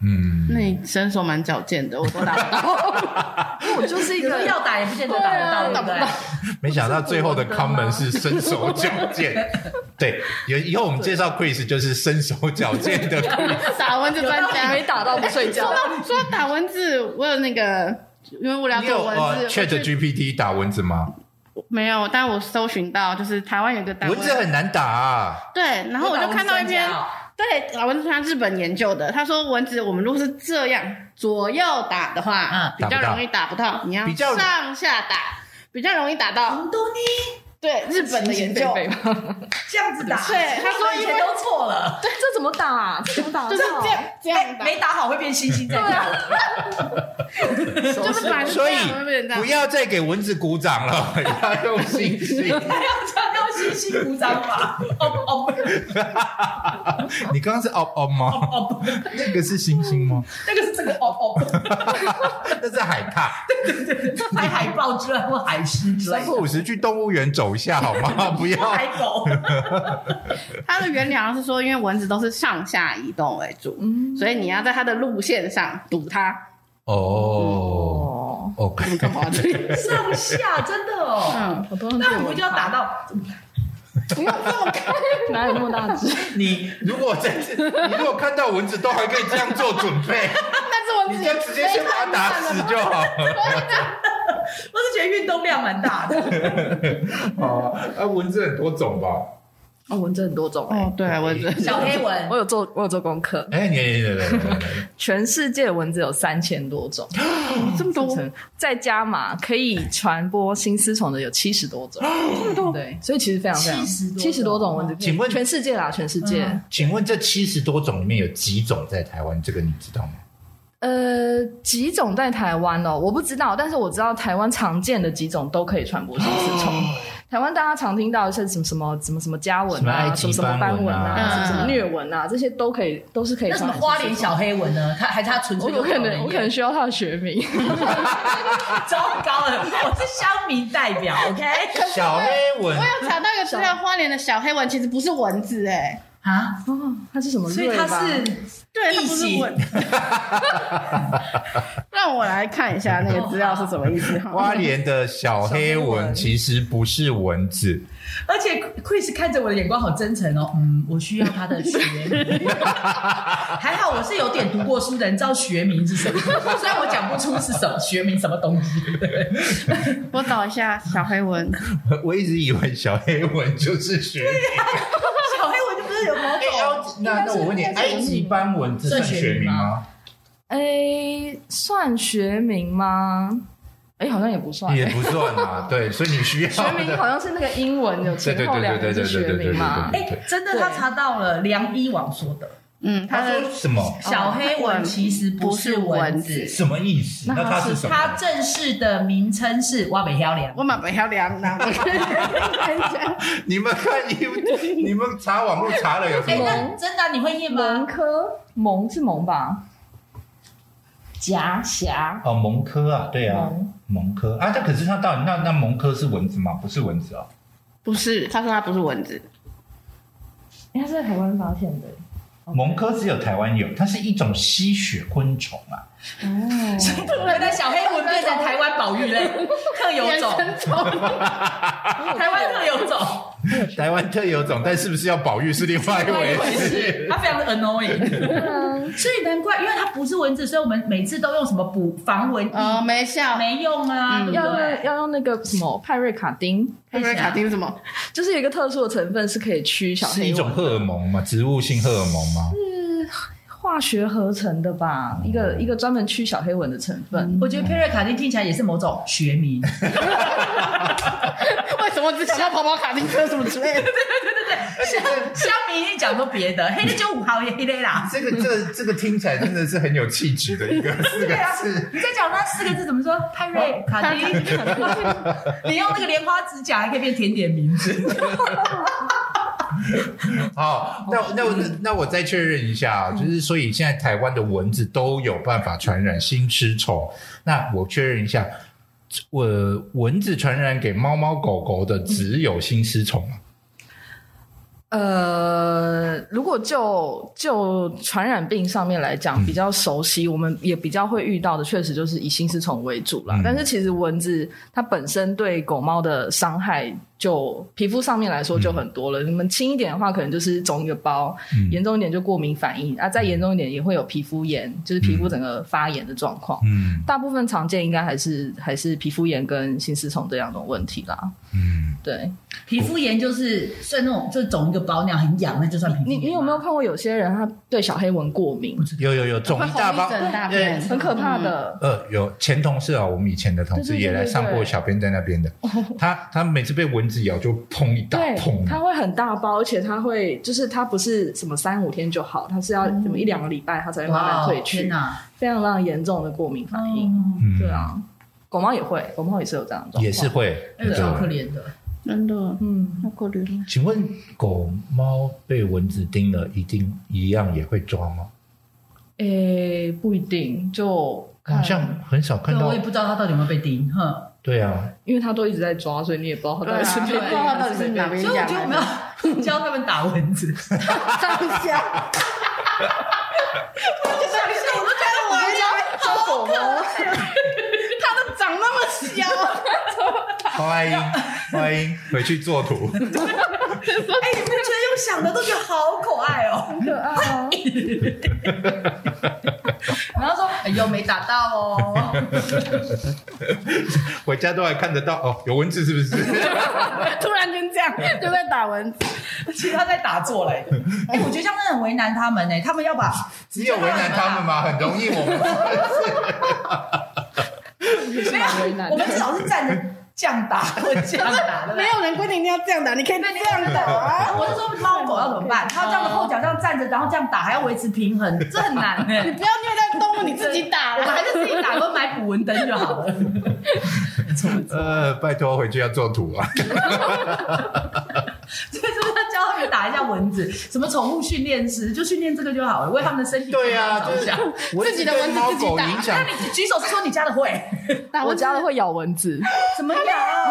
嗯，
那你身手蛮矫健的，我都打不到。
我就是一
有时候
个
要打也不见得打得到，
对
对
啊
不对？
没想到最后的
不是蚊啊
comment
子
是身手矫 健。对，有以后我们介绍 Chris 就是身手矫健的 Chris。
打蚊子专家，
没打到不睡觉
说。 到说到打蚊子，我有那个，因为无聊
你
做
有
蚊
呃
子我
Chat
去
GPT 打蚊子吗？
没有，但我搜寻到就是台湾有个单位
蚊子很难打、啊。
对，然后我就看到一篇
有打蚊子专家哦
对老蚊子专家日本研究的，他说蚊子我们如果是这样左右打的话，
嗯
比较容易打不到，你要
比较
上下打，比较容易打到。
红豆泥
对，日本的研究
狒
嗯
狒吗
这样子打，
对他说
以
因为
前都错了，哎
对，这怎么打、啊？这怎么打？
就是这样这样
没
打，
没打好会变星星在
啊
跳。
就是本来是
所
这
以
样，会变成这样
不要再给蚊子鼓掌了，要用心性。
还要强调星星鼓掌法，哦哦
你刚刚是哦哦吗？
哦不，
那个是星星吗？
那个是这个哦哦，
那是海獭。
拍 海豹之类或海狮之类
三
的
不，五时去动物园走一下好吗？不
或
要。
海狗，
它的原理好像是说，因为蚊子都是上下移动为主，
嗯
所以你要在它的路线上堵它。
哦
哦，
你
，OK，
干嘛这样？
上下真的哦。
嗯，
我都
那我们就要打到
不用这么看。
哪有那么大只？
你如果在这，你如果看到蚊子都还可以这样做准备，
但是蚊
你
子
就直接先把它打死就好了。
我是觉得运动量蛮大 的，
哦，啊，蚊子很多种吧？
哦，蚊子很多种哎、
哦，对啊，蚊子。
小黑蚊
我有做，我有做功课。
哎，你你你你
全世界蚊子有三千多种，
哦这么多
再加码可以传播新丝虫的有七十多种，
哦
对，所以其实非常非常
70多种
七十多种
啊
蚊子。
请问
全世界啦，全世
嗯
界，
请问这七十多种里面有几种在台湾？这个你知道吗？
呃，几种在台湾哦，我不知道，但是我知道台湾常见的几种都可以传播新丝虫。台湾大家常听到的是什么什么什么什么家
什
蚊啊，什
么埃及
么什么
斑
斑
蚊
蚊
啊
啊，什么什么
嗯
疟蚊啊，这些都可以，都是可以
那什
传
么
染新丝虫。
花脸小黑蚊呢？它还是它纯
我
粹就
有可
讨人
能，我可
厌
能需要它的学名。
糟糕了，我是乡民代 表，OK？
小黑蚊
我有查到一个资料，花莲的小黑蚊其实不是蚊子哎、
啊，
哦，它是什么？
所以它是
对，它不
异
是
形
蚊。让 让我来看一下那个资料是什么意思哈。
花莲的小黑蚊其实不是蚊子，
而且 Chris 看着我的眼光好真诚哦，嗯，我需要他的学 名。还好我是有点读过书的人，知道学名是什么，虽然我讲不出是什么学名什么东西。
我找一下小黑蚊，
我我一直以为小黑蚊就是学名。
小黑我就不 是有毛
哎
种？
埃那那我问你，
应该是
埃及斑蚊子算学名吗？
哎，算学名吗？哎，好像也不算。
也不算啊，对，所以你需要
学名好
的。
像是那个英文有前后两个字学名嘛？
对
哎、真的，他查到了良医网说的，
嗯，它
他
的
说 什么？
小黑蚊其实不是蚊
不是蚊
子，
什么意思？
那
那它
它是
是什
它
么？
正式的名称是挖北漂梁。
我蛮不要凉的。
你们看 y o 你们查网络查了有什
哎、
么？
那真的啊、你会念
蒙
吗？
科蒙是蒙吧？夹霞
哦，蒙科啊，对啊
蒙，
蒙科啊，但可是它到底那那蒙科是蚊子吗？不是蚊子哦，
不是，他说他不是蚊子，
哎，它是在台湾发现的。
蒙科只有台湾有，它是一种吸血昆虫啊。
哦，
原来小黑蚊变成台湾保育 类特有种，
生虫。
台湾特有种，
台湾特有种，但是不是要保育是另外一回事。
它非常的 annoying。所
嗯
以难怪，因为它不是蚊子，所以我们每次都用什么补防蚊液、
呃，没效。
没用啊，
嗯
对
要
不
用
对？
要用那个什么派瑞卡丁，
他说卡丁是什么？
就是有一个特殊的成分是可以驱小
是
黑
一种
蚊，
荷尔蒙吗？植物性荷尔蒙吗？
是化学合成的吧？一个一个专门驱小黑蚊的成分。
我觉得佩瑞卡丁听起来也是某种学名，
为什么只想到跑跑卡丁车什么之类的？
香香民一定讲说别的，黑的就五号也黑的啦。
这个这这个听起来真的是很有气质的 一个四个
啊
字。
啊你在讲那四个字怎么说？哦派瑞卡丁， 你用那个莲花指甲还可以变甜点名字。
好，那那我那我再确认一下
嗯
啊，就是所以现在台湾的蚊子都有办法传染新尸虫。那我确认一下，我、蚊子传染给猫猫狗狗的只有新尸虫吗？
呃，如果就就传染病上面来讲，
嗯
比较熟悉，我们也比较会遇到的，确实就是以心丝虫为主啦。
嗯
但是其实蚊子它本身对狗猫的伤害就，皮肤上面来说就很多了。你们轻一点的话，可能就是肿一个包；
嗯
严重一点就过敏反应啊，再严重一点也会有皮肤炎，就是皮肤整个发炎的状况。
嗯
大部分常见应该还是还是皮肤炎跟心丝虫这两种问题啦。
嗯，
对，
皮肤炎就是算那种就肿一个包那样很痒，那就算皮肤
你
炎。
你有没有看过有些人他对小黑蚊过敏？
有有有，肿
会
一
红
大包
一。整大片，嗯
很可怕的。
呃，有前同事啊，我们以前的同事
对对对
也来上
对
过
对
小编在那边的，他他每次被蚊子咬就砰一 大
对，
砰，
它会很大包，而且它会就是它不是什么三五天就好，它是要什么一两个礼拜它才会慢慢
哇，
退
天
去，
哪！
非常非常严重的过敏反应。
嗯，
嗯
对，啊，狗猫也会，狗猫也是有这样的状况。
啊
也是会。
哎呦，超可
对，
怜的。
嗯真的。
嗯，
那过滤了
请问狗猫被蚊子叮了，一定一样也会抓吗？
诶、不一定，就
好
嗯
看
像很少看
对，
到
我也。不知道他到底有没有被叮，哼。
对 啊，
因为它都一直在抓，所以你也不知道它到底是 被
对啊不知道它到底是哪边
所以我觉得我们要教他们打蚊子。
上下，
我都觉得我们教
抓狗猫。
它都长那么小，
欢迎欢迎回去做 图。
哎，你们觉得用想的都觉得好可爱哦。
可爱啊！
然后说，哎呦，没打到哦。
回家都还看得到哦，有蚊子是不 是？
突然间这样 就在打蚊子，
其实他在打坐来的。哎、我觉得这样真的很为难他们呢、欸他们要 把
只有为难他们吗？很容易，我 们
也是
没
蛮为难
有，我
的
们。至少是站着这样打或这样打的。
没有人规定一定要这样打，你可以
对
这
你
样打 啊。
我是说猫狗要怎么办？它这样的后脚这样站着，然后这样打，还要维持平衡， 这很难呢、
你不要虐待动物，你自己打
我们
啦
还。是自己打，或买捕蚊灯就好了。
呃，拜托回去要做图啊。
所以说要教他们打一下蚊子，什么宠物训练师就训练这个就好了，为他们的身体
对啊，
着
就是
想。
蚊
自
子
己的蚊
对
子
猫
自己
狗
打
影
那
响
你举手说你家的会
打
我
蚊子
家的会咬蚊子，
怎么样？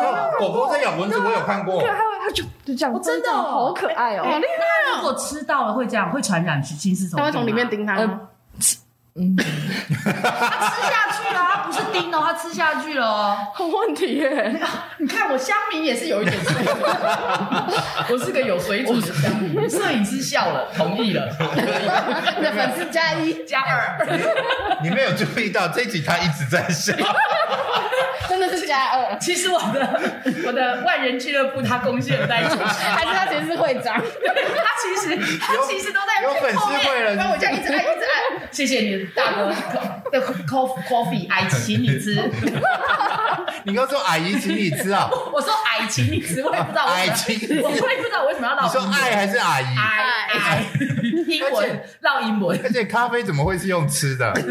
哦狗狗在咬蚊子，我有看过
对，。啊它会它就就这样，
真的哦
好可爱哦。
好厉害
如果吃到了会这样，会传染菌丝虫，
它会从里面。叮它吗？
他吃下去了，他不是叮哦，他吃下去了哦。
好问题 耶！
你看我乡民也是有一 点水准，我是个有水准的乡民。摄影师笑了，同意了，
你的粉丝加一，
加二，
你没有注意到这一集他一直在 笑，
啊
真的是加二，
其实我的我的万人俱乐部，他贡献在主持，
还是
他
他其实是会 长？
其实他其实都在
有粉丝
后面
会了
啊
然后我这样一直按一直按，谢谢你大 哥的 coffee coffee，哎，请你吃，
你刚说阿姨请你吃 啊？
我说矮，请你吃，我也不知道
矮
为
请
什
你吃
么，我也不知道为什么要
你
绕
说
英文
爱还是阿姨？
矮矮，英文绕英文。
而且咖啡怎么会是用吃的？
啊，你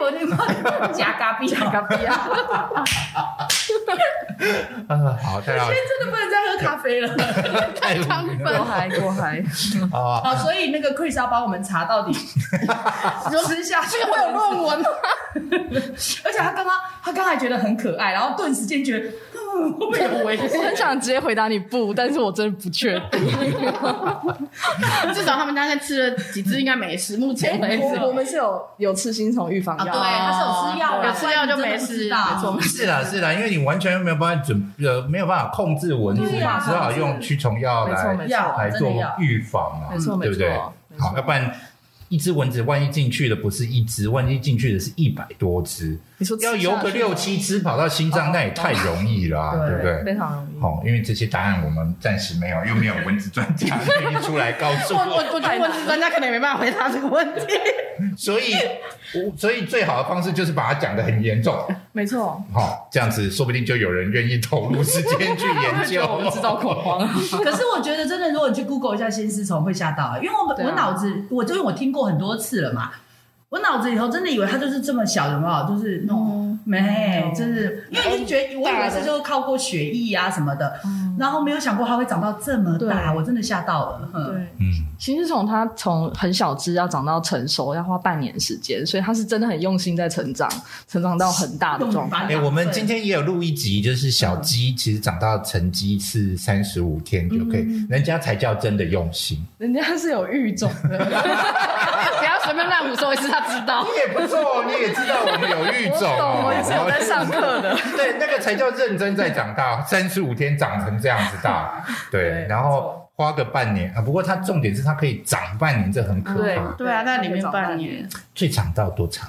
无你无假咖啡，假 咖啡啊！
嗯，好，太好
现在真的不能再喝咖啡 了。
太无语了
过嗨过嗨，
啊！
好，所以那个 Chris 要帮我们查到底 吃下去
这个会有论文吗？
而且他刚刚他刚才觉得很可爱，然后顿时间觉得，嗯，会不会有危
我
险？
很想直接回答你不，但是我真的不确定。
至少他们大概吃了几只，应该没事。目前为 止，
我我们是有有吃新虫预防
啊，对，
药，
他是有吃药啊，
有吃药就没事
不然你真的不知道
没错
是啦是啦，因为你完全没有办法准呃没有办法控制蚊子，
对
只
啊
好用驱虫药
没错
来
没错
药
来
啊真的
做
药，
预防啊
没，错没
对不
错
对？
没错
好，要不然一只蚊子万一进去的不是一只，万一进去的是一百多只，
你说吃
要游
下
个
去
六七只跑到心脏，那也太容易了啊，
对
哦 对不对？
非常容易。
好，因为这些答案我们暂时没有，又没有蚊子专 家愿意出来告诉
我我我觉得文字专家可能也没办法回答这个问题。
所以，我所以最好的方式就是把它讲得很严重，
没错，
好、这样子说不定就有人愿意投入时 间去研究。
我们制造恐慌。
可是我觉得真的，如果你去 Google 一下先丝虫，会吓到、欸因为我、
对啊
我脑子，我就因为我听过很多次了嘛，我脑子里头真的以为它就是这么小，有没有？就是那种、
嗯哎
没，就是因为你觉得我以为是就是靠过血液啊什么的，
嗯
然后没有想过它会长到这么大，
对
我真的吓到了。嗯，
对，
嗯，
其实从它从很小只要长到成熟，要花半年时间，所以它是真的很用心在成长，成长到很大的状态。
哎、我们今天也有录一集，就是小鸡其实长到成鸡是三十五天就可以，人家才叫真的用心。
人家是有育种 的，
不要随便乱胡说一次，他知道。
你也不错，你也知道 我们有育种哦，
我也是有在上课的。
对，那个才叫认真在长大，三十五天长成这样子大，对
对，
然
没
后
错
花个半年啊。不过它重点是它可以长半年，这很可
对
怕。
对啊，那里面半年，
最长到多长？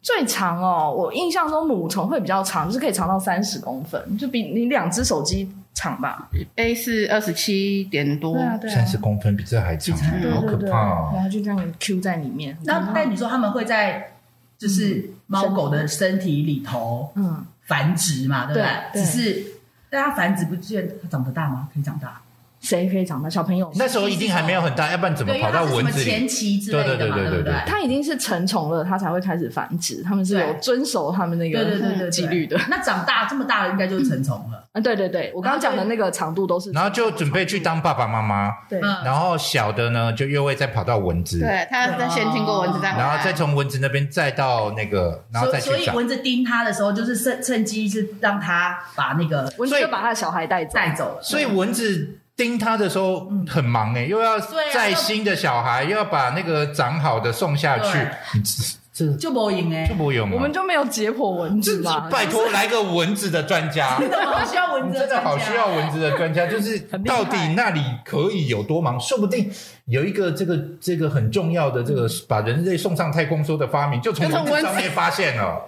最长哦，我印象中母虫会比较长，就是可以长到三十公分，就比你两只手机长吧。
A 是二十七点多，
啊
对
哦
啊
三十公分比这还长，
对
好可
对对，
怕
然
哦！
后就这样 Q 在里面。
那但你说他们会在就是猫狗的身体里头
嗯，
繁殖嘛，对不
对
只是但它繁殖不见它长不大吗？可以长大，
谁可以长大？小朋友
那时候一定还没有很大，要不然怎么
对，因
跑
为
到
它是什
蚊
么
子
前
里？
期之类的嘛，
对
不
对对对对对
它已经是成虫了，它才会开始繁殖。他们是有
对
遵守他们那
对对对对
个
对
纪律的。
那长大这么大了，应该就是成虫了。
啊，对对对，我刚刚讲的那个长度都是
然后就准备去当爸爸妈妈，
对，
嗯，
然后小的呢就又会再跑到蚊子，
对，他在先经过蚊哦子再回来，
然后再从蚊子那边再到那个，然后
所
再
以
去
所以
长。
蚊子叮它的时候，就是趁趁机是让它把那个
蚊
所
子
以
就把他的小孩带走。
带走了。
所以蚊子叮它的时候很忙哎、又要
对啊
载新的小孩，又要把那个长好的送下去
对，
你这这
就没赢哎
这，不用
我
啊
们！就没有解剖蚊子嘛？
拜托来个蚊子的专家，
真的好需要蚊
你
子，
真的好需要。蚊子的专家，就是到底那里可以有多忙？说不定有一个这个这个很重要的这个把人类送上太空梭的发明，就从
就从
蚊子
蚊子
上面发现了，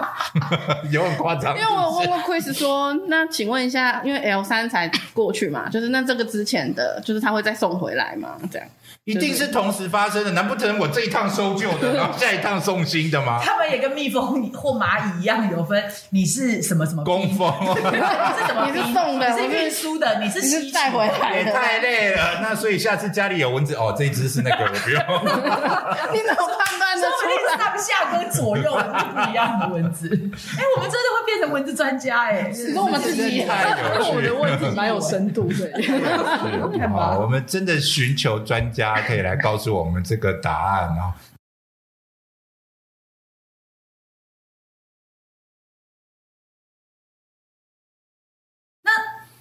有很夸张。
因为我有问过 Chris 说，那请问一下，因为 L 三才过去嘛， 就是那这个之前的，就是他会再送回来吗？这样
一定是同时发生的，难不成我这一趟搜救的，然后下一趟送新的吗？
他们也跟蜜蜂或蚂蚁一样有分，你是什么什么
工
兵，
蜂。
你是什么兵
你是送的
你是
我是
运输的，你是
你
吸
是
取
带回来
也
的，
太累了，那所以下次家里有蚊子哦，这一只是那个，我不用。
你怎么判断
说
的
不定
出来？
上下跟左右不一样的蚊 子。哎，我们真的会变成蚊子专家哎，
你说我们自己也
太有趣
我的问题蛮有深度的。
是好，我们真的寻求专家可以来告诉我们这个答案哦。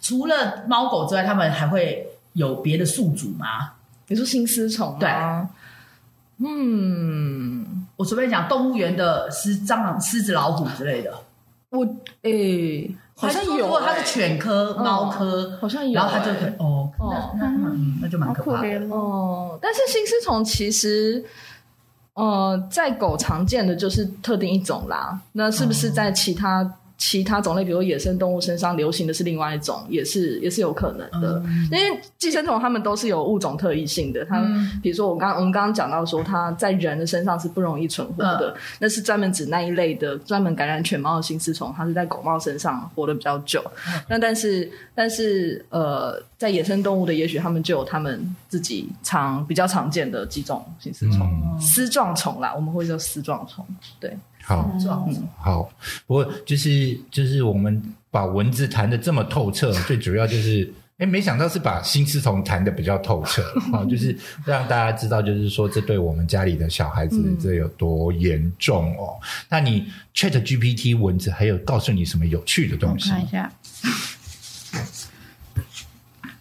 除了猫狗之外，他们还会有别的宿主吗？
你说新丝虫吗
对，
嗯，
我随便讲，动物园的狮蟑螂、狮子、老虎之类的，
我诶、好像
还是说
有、
如果
欸
它是犬科、
嗯
猫科，
好像有
然后它就可以
欸
哦，
哦
那那嗯，那就蛮可怕的。
哦，但是新丝虫其实，呃，在狗常见的就是特定一种啦。那是
哦
不是在其他、其他种类，比如野生动物身上流行的是另外一种，也是也是有可能的。因为寄生虫它们都是有物种特异性的，它们、
嗯
比如说我刚我们刚刚讲到说它在人的身上是不容易存活
嗯
的，那是专门指那一类的专门感染犬猫的新丝虫，它是在狗猫身上活得比较久。那但是但是呃，在野生动物的，也许它们就有它们自己常比较常见的几种新丝虫，
嗯，
丝状虫啦，我们会叫丝状虫。对，
好
撞
好。不过就是就是我们把文字谈的这么透彻， 最主要就是。哎，没想到是把新丝虫谈的比较透彻啊、就是让大家知道，就是说这对我们家里的小孩子
嗯
这有多严重哦。那你 Chat GPT 文字还有告诉你什么有趣的东
我
西？
看一下，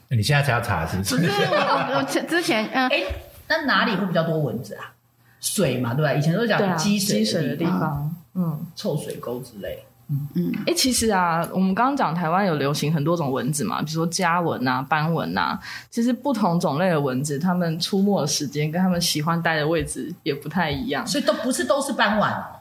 你现在才要查是不
不
是？
是我我我之之前 嗯，
哎，那哪里会比较多蚊子啊？水嘛，对吧？以前都
对啊，
讲积
积水的
地
地方，嗯。
臭水沟之类。
哎、其实啊，我们刚刚讲台湾有流行很多种蚊子嘛，比如说家蚊啊、斑蚊啊，其实不同种类的蚊子，它们出没的时间跟它们喜欢待的位置也不太一样，
所以都不是都是傍晚哦，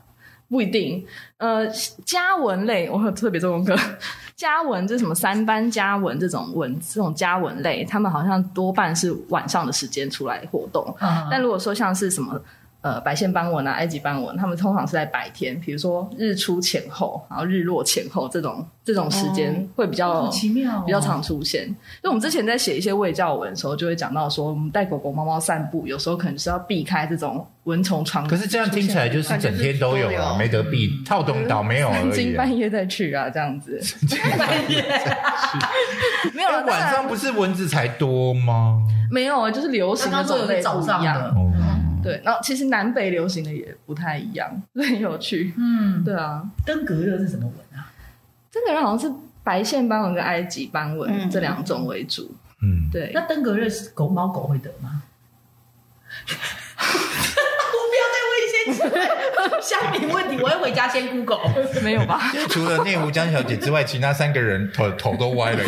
不一定。呃，家蚊类，我有特别做功课， 家蚊这什么三斑家蚊这种蚊，这种家蚊类，它们好像多半是晚上的时间出来活动，
嗯
但如果说像是什么呃白线斑纹啊、埃及斑纹，他们通常是在白天，比如说日出前后，然后日落前后这种这种时间会比较、
好奇妙哦，
比较常出现。因为我们之前在写一些卫教文的时候，就会讲到说，我们带狗狗、猫猫散步，有时候可能是要避开这种蚊虫传。
可是这样听起来就是整天都有啊，没得避，套动岛没有
三
而
更
已、啊
半夜再去啊，这样子。 没有
哎
啦，当
晚
然
上不是蚊子才多吗？
没有，啊就是流
刚
行的
刚说
种
有
类
个早
不
上
一样。
的，
哦，
对，然后其实南北流行的也不太一样， 所以很有趣。
嗯，
对啊，
登革热是什么蚊啊？
这个人好像是白线斑纹跟埃及斑纹、
嗯
这两种为主。
嗯，
对，
那登革热是狗猫狗会得吗？ 我不要再问一些乡民问题，我会回家先 Google。
没有 吧？
除了内湖江小姐之外，其他三个人头头都歪了，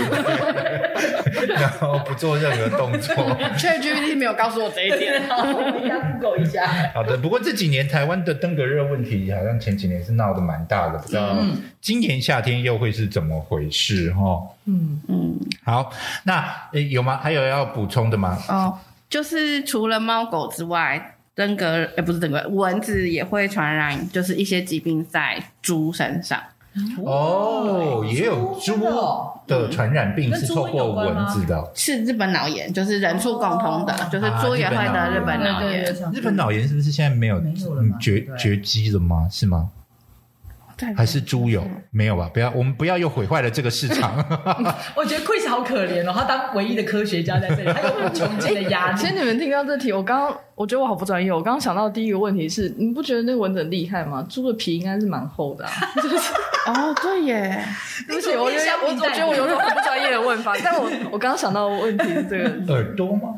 然后不做任何动作。
ChatGPT 没有告诉我这一点。
好，我回家 Google 一下。
好的，不过这几年台湾的登革热问题好像前几年是闹得蛮大的，不知道
嗯
今年夏天又会是怎么回事哈、哦？
嗯，
嗯，
好，那诶有吗？还有要补充的吗？
哦，就是除了猫狗之外，登革呃、不是登革热，蚊子也会传染，就是一些疾病在猪身上。
哦，也有
猪
猪
真的哦
的传染病是透过蚊子的。
是日本脑炎，就是人畜共通的，
哦
就是猪也会
啊
得
日
日
本
本
脑
脑
对对
炎。
对
日本脑炎是不是现在没有
嗯没有了吗
嗯绝
对
绝迹了吗？是吗？
对
还是猪有？没有吧？不要，我们不要又毁坏了这个市 场。
我觉得 Chris 好可怜哦，他当唯一的科学家在这里，他有无穷尽的压
哎 其实
力。
你们听到这题，我刚刚我觉得我好不专业。我刚刚想到的第一个问题是，你不觉得那个蚊子很厉害吗？猪的皮应该是蛮 厚的、啊。
哦，对耶，
对不起，我有点我我觉得我有种很不专业的问法，但我我刚刚想到的问题是这个。
耳朵吗？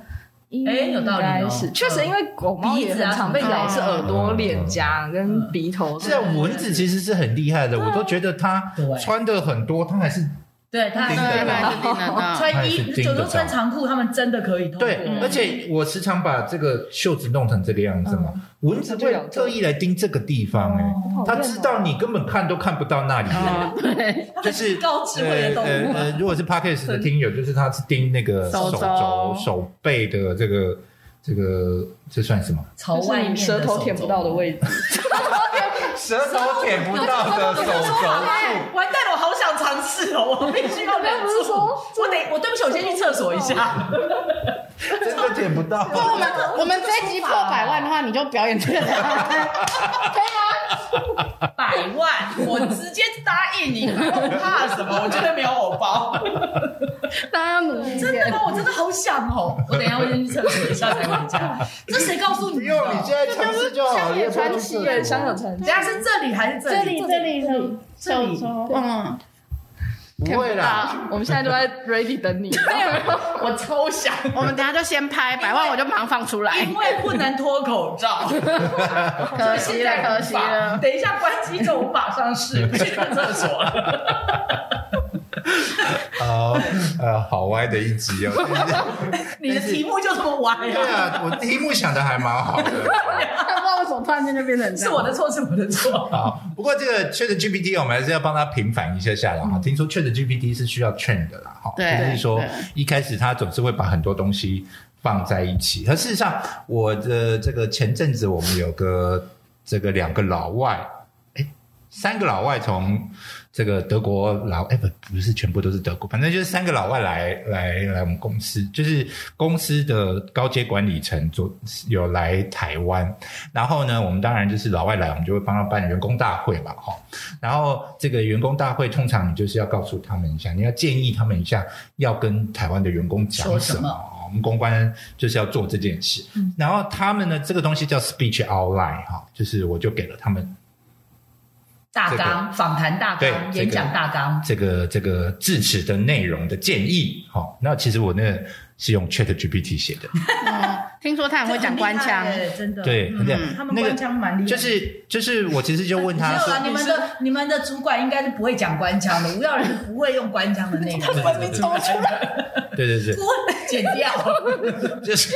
哎有道理哦
应该是确实，
嗯
因为狗猫也很啊常被嗯咬，是耳朵、脸颊跟鼻头。
是啊，蚊子其实是很厉害的，我都觉得它
对
穿的很多，它还是
对他
盯
对
得
对
到
对，定得到。
穿衣
他还是盯得
有时候
到
穿长裤，他们真的可以通过。
对。而且我时常把这个袖子弄成这个样子嘛，蚊子会特意来盯这个地方，哎，
哦
它知道你根本看都看不到那里。
哦，对，
就是
高智慧的动物啊
呃呃呃，如果是 Parkes 的听友，就是他是盯那个手
手肘
肘、手背的这个这个，这算什么？
朝
就
外
是
面
你
的
舌头舔不到的位
置。
置，
舌头舔不到的手肘
完蛋了，我好想尝试哦，我必须要忍
不是
住。
说
我得，我对不起，我先去厕所一 下。
处，真的舔不到。
如果我们我们这一集破百万的话，你就表演这 个。
百万，我直接答应你，我怕什么？我绝对没有偶包。
大家要努力一
真的
点。
吗？我真的好想哦。我等一下会先去厕所一下才回家。这谁告诉
不
你
用，
的？
你现在尝试就好了。也不用试
对，香港传奇
等一下是这里还是这
这
里？
里这里手
这里
手肘，嗯，
不会啦，
我们现在都在 ready 等你。
我超想，
我们等一下就先拍百万，我就马上放出来。
因为不能脱口罩，
可惜了，可惜了。
等一下关机就无法上市，去上厕所了。
呃呃，好歪的一集哦。
你的题目就这么歪
对
啊？
啊，我题目想的还蛮好的。
他不知道为什么突然间就变成这
是
样
我的错，是我的错。
啊， 不过这个 Chat GPT 我们还是要帮它平反一下下啦。哈、听说 Chat GPT 是需要 train 的啦，哈，
嗯对
就是说
对
一开始它总是会把很多东西放在一起。可事实上，我的这个前阵子我们有个这个两个老外，哎，三个老外从这个德国老哎不不是全部都是德国，反正就是三个老外来来来我们公司，就是公司的高阶管理层做有来台湾，然后呢，我们当然就是老外来，我们就会帮他办员工大会嘛，哈。然后这个员工大会，通常你就是要告诉他们一下，你要建议他们一下，要跟台湾的员工讲
说
什
什
么。
么嗯
哦我们公关就是要做这件事。然后他们呢，这个东西叫 speech outline 哈、就是我就给了他们
大
这
纲、访谈大
对
纲、
这
演
个
讲大纲，
这个这个致辞的内容的建议。好、那其实我那是用 Chat GPT 写 的，
嗯听说他很会讲官腔
这，很厉害耶真的
对
嗯
很厉害
他们
那个
官腔蛮厉害的，
就是就是我其实就问
没
他
有
说
啦，，你们的你们的主管应该是不会讲官腔的，吴耀仁是不会用官腔的那个，
对对对
出来，
对对对，
剪掉。
就是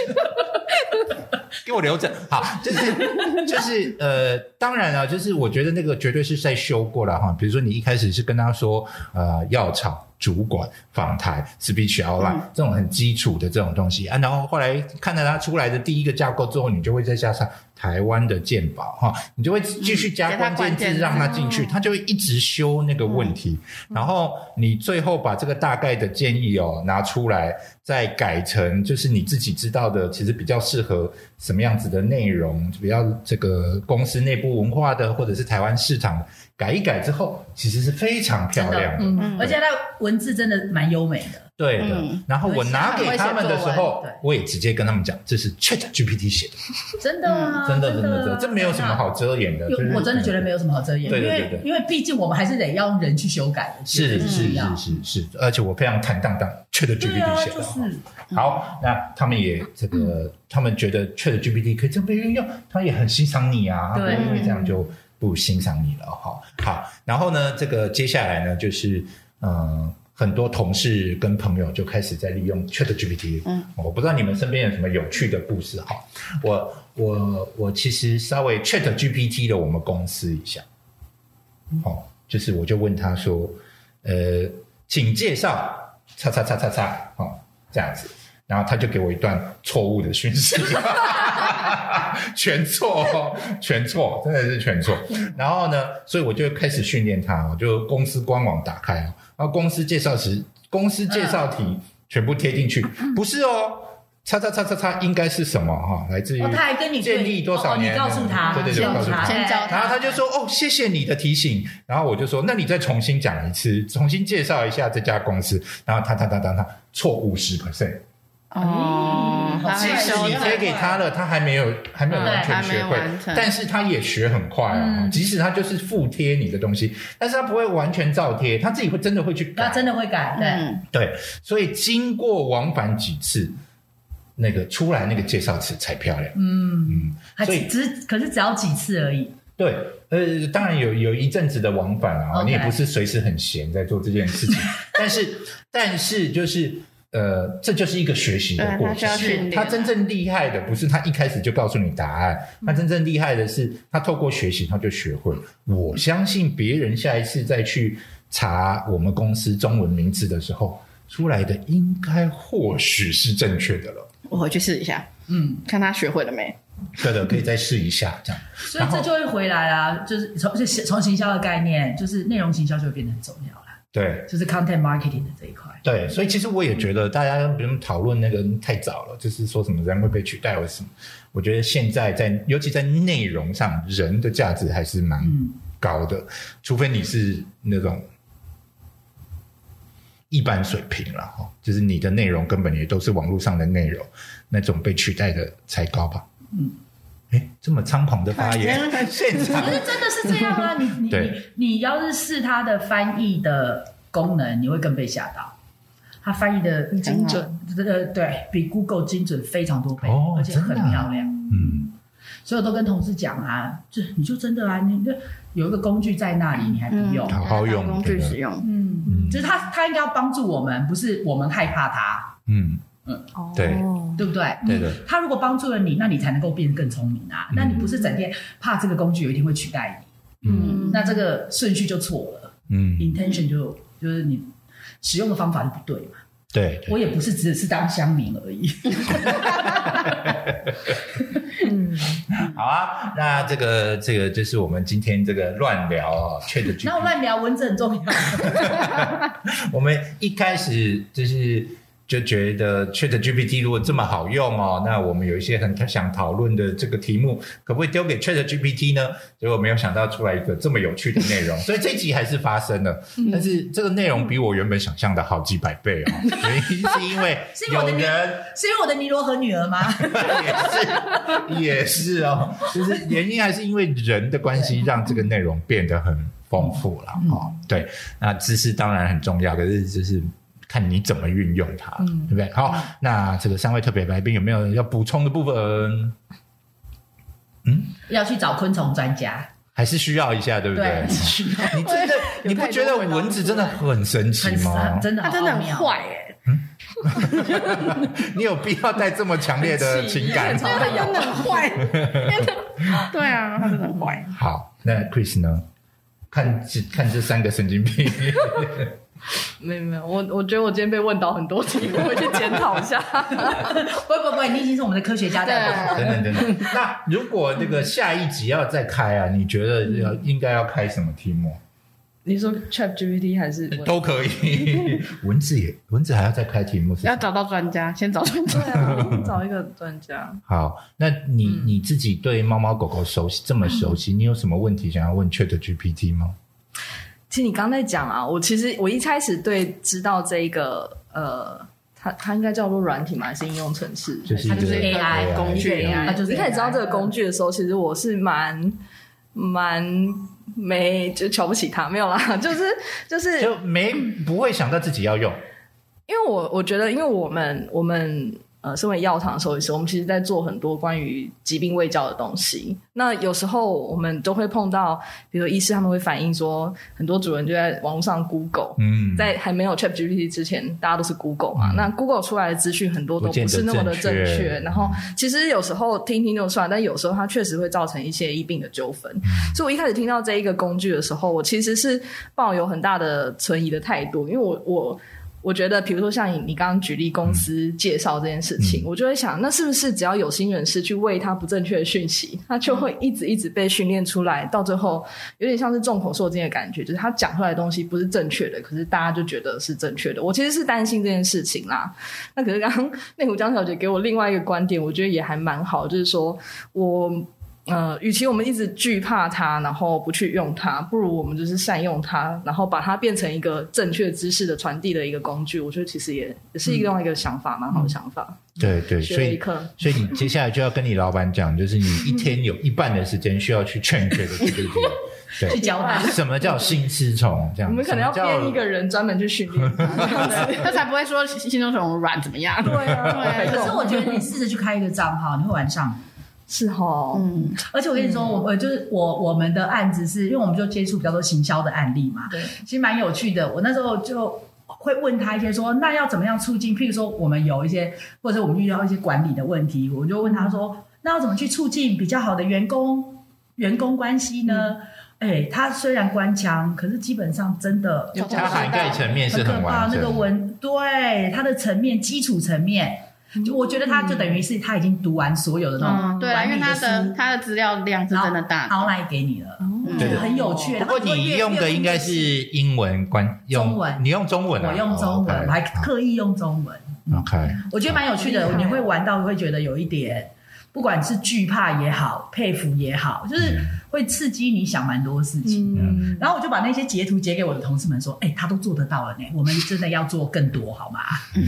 给我留着。好，就是就是呃，当然啊，就是我觉得那个绝对是在修过了哈。比如说你一开始是跟他说呃药厂。主管访谈、speech outline、
嗯
这种很基础的这种东西啊，然后后来看到他出来的第一个架构之后，你就会再加上台湾的鉴宝哈，你就会继续加
嗯给他
关键
关键
字
字哦嗯
让他进去，他就会一直修那个问题，然后你最后把这个大概的建议哦拿出来，再改成就是你自己知道的，其实比较适合什么样子的内容，比较这个公司内部文化的，或者是台湾市场改一改之后，其实是非常漂亮的，
嗯，
嗯
而且他文字真的蛮优美的，
对的。
嗯
然后我拿给他们的时候
很会写作文对，
我也直接跟他们讲，这是 Chat GPT 写的，
真的啊，
嗯真的真的真的，
啊
这没有什么。好遮掩的。
有
就是嗯
我真的觉得没有什么好遮掩，
对
因
对对
为
对
因为毕竟我们还是得要人去修改的，
是
绝
是
对
是
一样
是是，而且我非常坦荡荡，Chat
对啊
GPT，写
就
的。
是
好，那他们也这个，他们觉得 Chat GPT 可以这样被运用，他也很欣赏你啊，
对
因为这样就不欣赏你了哈。好，然后呢，这个接下来呢，就是嗯、呃很多同事跟朋友就开始在利用 Chat GPT。
嗯，
我不知道你们身边有什么有趣的故事哈。我我我其实稍微 Chat GPT 了我们公司一下，哦，就是我就问他说，呃，请介绍叉叉叉叉叉，哦，这样子，然后他就给我一段错误的讯息， 全错哦，全错，真的是全错。然后呢，所以我就开始训练他，我就公司官网打开哦，然后公司介绍时，公司介绍题全部贴进去，
嗯
不是哦。叉叉叉叉叉应该是什么哈？来自于
哦，他还跟你对
建立多少
哦
年嗯
你告诉他，
对对对
你
我告诉他
先教
然后他就说：“哦，谢谢你的提醒。”然后我就说：“那你再重新讲一次，重新介绍一下这家公司。”然后他他他他他错误十 percent，
哦，他
即
会
使
修
你
的
贴给他了，他还没有还没有完全学
对还没
会
有完，成
但是他也学很快哦。
嗯
即使他就是复贴你的东西，但是他不会完全照贴，他自己会真的会去
他
改。
真的会改，对，
嗯，
对，所以经过往返几次，那个出来那个介绍词才漂亮。
嗯，
嗯，
还
所以
只只可是只要几次而已，
对，呃，当然有有一阵子的往返啊
OK
你也不是随时很闲在做这件事情， 但是但是就是呃，这就是一个学习的
对
过
他需
程
要。训练
他真正厉害的不是他一开始就告诉你答案，他真正厉害的是他透过学习他就学会了。我相信别人下一次再去查我们公司中文名字的时候，出来的应该或许是正确的了。
我回去试一下，
嗯，
看他学会了没。
对的，可以再试一下这样。
所以这就会回来啦，就是从就从行销的概念，就是内容行销就会变得很重要啦，
对，
就是 content marketing 的这一块。
对，所以其实我也觉得大家不用讨论那个太早了，就是说什么人会被取代或什么。我觉得现在在，尤其在内容上，人的价值还是蛮
嗯
高的，除非你是那种一般水平了哈，就是你的内容根本也都是网络上的内容，那种被取代的才高吧。
嗯，
哎，这么猖狂的发言， 现场
可是真的是这样啊！你你
对
你你要是试他的翻译的功能，你会更被吓到。它翻译的
很精准。
呃对比 Google 精准非常多倍，
哦
而且很
真的啊
漂亮。
嗯，
所以我都跟同事讲啊，就你就真的啊，你就有一个工具在那里，你还
嗯
不用。
好好用
工
真
具
的
使嗯用。
嗯，
嗯
就是他他应该要帮助我们，不是我们害怕他，
嗯，
哦
对
对不对？
对的，
他如果帮助了你，那你才能够变得更聪明啊。
嗯
那你不是整天怕这个工具有一天会取代
嗯
你，那这个顺序就错了
嗯，
，intention 就就是你使用的方法就不对嘛。
对，
我也不是只是当乡民而已。
嗯，
好啊，那这个这个就是我们今天这个乱聊哦 ChatGPT
那我乱聊文字很 重要，
我们一开始就是就觉得 Chat GPT 如果这么好用哦，那我们有一些很想讨论的这个题目，可不可以丢给 Chat GPT 呢？结果没有想到出来一个这么有趣的内 容，所以这集还是发生了，但是这个内容比我原本想象的好几百倍 哦，原因是因为
是因为我的
有
女
人
是因为我的尼罗河女儿吗？
也是 也是哦，就是原因还是因为人的关系，让这个内容变得很丰富了哦。对，那知识当然很重要，可是就是看你怎么运用它，对不对？好，那这个三位特别来宾有没有要补充的部分？
要去找昆虫专家，
还是需要一下，对不对？
对
你 真的你不觉得蚊子真的很神奇
很
吗
很？真的
它
好
真的
奥
很
妙
坏哎、
你有必要带这么强烈 的情感？
它真的很坏，对啊，它真的很坏。
好，那 Chris 呢？看这看这三个神经病，
没有没有，我我觉得我今天被问到很多题， 我会去检讨一下。
不 不不，你已经是我们的科学家代表。
等等等等。那如果这个下一集要再开啊，你觉得要应该要开什么题目？
你说 Chat GPT 还是
都可以。 文字也文字还要再开题目是
要
吧？
找到专家，先找专家
对。啊，找一个专家。
好，那你、
嗯
你自己对猫猫狗狗熟悉这么熟悉，你有什么问题想要问 Chat GPT 吗？
其实你刚才讲啊，我其实我一开始对知道这一个呃，它它应该叫做软体嘛，还是应用程式？
就是一
它
个
就是 AI
工具
对啊
它就是
一开始知道这个工具的时候，其实我是蛮蛮没就瞧不起它，没有啦， 就是就是
就没不会想到自己要用。
因为我我觉得，因为我们我们呃，身为药堂兽医师，我们其实在做很多关于疾病卫教的东西。那有时候我们都会碰到，比如医师他们会反映说，很多主人就在网络上 Google，、
嗯，
在还没有 Chat GPT 之前，大家都是 Google 嘛。
嗯
那 Google 出来的资讯很多都
不见
不
得
是那么的正
正确
确，然后其实有时候听听就算，但有时候它确实会造成一些医病的纠纷。
嗯
所以我一开始听到这一个工具的时候，我其实是抱有很大的存疑的态度，因为我我。我觉得，比如说像你你刚刚举例公司
嗯
介绍这件事情，我就会想，那是不是只要有心人士去喂他不正确的讯息，他就会一直一直被训练出来，到最后有点像是众口铄金的感觉，就是他讲出来的东西不是正确的，可是大家就觉得是正确的。我其实是担心这件事情啦。那可是刚 刚内湖江小姐给我另外一个观点，我觉得也还蛮好，就是说我呃，与其我们一直惧怕它，然后不去用它，不如我们就是善用它，然后把它变成一个正确知识的传递的一个工具。我觉得其实也也是一个另外一个想法，蛮好的想法。
对对，
学
所
了一
以
课，
所以你接下来就要跟你老板讲，就是你一天有一半的时间需要去劝 Chat GPT。对
去，教他。
什么叫新丝虫？这样
我们可能要
什么叫
编一个人专门去训练它。
他才不会说心中虫软怎么样。
对啊，
对
可是我觉得你试着去开一个账号，你会玩上瘾。
是哈，
嗯，
而且我跟你说，我呃就是我我们的案子是因为我们就接触比较多行销的案例嘛，
对，
其实蛮有趣的。我那时候就会问他一些说，那要怎么样促进？譬如说，我们有一些或者我们遇到一些管理的问题，我就问他
嗯
说，那要怎么去促进比较好的员工员工关系呢？
嗯
哎、他虽然官腔，可是基本上真的
有
它涵盖层面是
很可怕
完，整的。
那个文对它的层面、基础层面，就我觉得他就等于是他已经读完所有的那
嗯
种
对啊，
管
因为
理
他的
书，
他的资料量是
然后
真的大的。
outline 给你了，
嗯
对
就
的
很有趣。
哦
不过你用的应该是英文关用
中文
你用中文啊，
我用中文，我还刻意用中文，
o k
我觉得蛮有趣的。
厉害
你会玩到会觉得有一点，不管是惧怕也好，佩服也好，就是
嗯
会刺激你想蛮多事情。
嗯，
然后我就把那些截图截给我的同事们说：“哎、他都做得到了呢，我们真的要做更多，好吗？”
嗯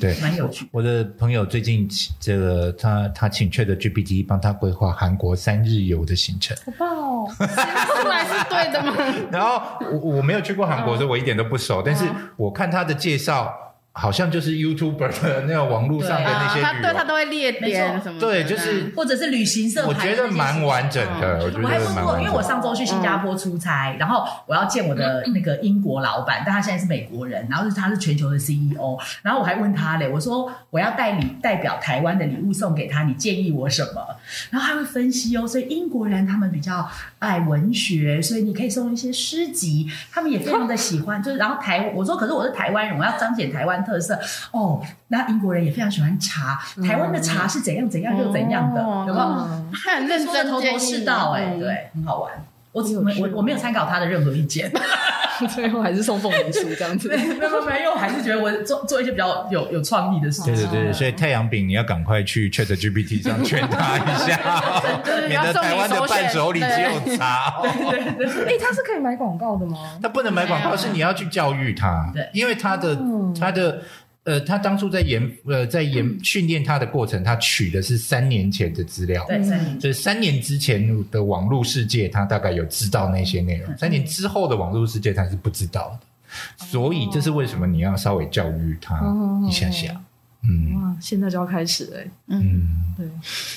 对，
蛮有趣。
我的朋友最近这个他他请 Chat GPT 帮他规划韩国三日游的行 程，
好棒哦！
出来是对的吗？
然后我我没有去过韩国，
嗯
所以我一点都不熟，但是我看他的介绍。好像就是 YouTuber 的那种网络上的
啊
那些
他
旅
对
游，
他都会列点什么的？
对就是
或者是旅行社
我
排
觉
的那些嗯
得蛮完整的，我觉
我还
得
问
蛮
过，
完
因
整
为我
的。嗯
上周去新加坡出差，然后我要见我的那个英国老板，但他现在是美国人，然后是他是全球的 CEO，然后我还问他嘞，我说我要带礼代表台湾的礼物送给他，你建议我什么？然后他会分析哦，所以英国人他们比较爱文学，所以你可以送一些诗集，他们也非常的喜欢。就是然后台我说，可是我是台湾人，我要彰显台湾特色哦。那英国人也非常喜欢茶，台湾的茶是怎样怎样又怎样的，
哦
有没有？
他很认
认真
真
头头是道哎、对，很好玩。我只我
很有趣
我我没有参考他的任何意 见，
最后还是送凤梨酥这样子
对，没有没有，因为我还是觉得我做做一些比较有有创意的事
对
情。
对对，所以太阳饼你要赶快去 Chat GPT 上劝他一下，
对
免得
要送你
台湾的
首选
伴手礼只有茶哦。
哎、它是可以买广告的吗？
他不能买广告，是你要去教育他，
对
因为他的
嗯
他的呃，他当初在研呃在
嗯
研训练他的过程，他取的是三年前的资料，
对，三年
就是三年之前的网络世界，他大概有知道那些内
嗯
容，三年之后的网络世界他是不知道的，所以这是为什么你要稍微教育他一下下，嗯
哇，现在就要开始哎、
嗯，
对，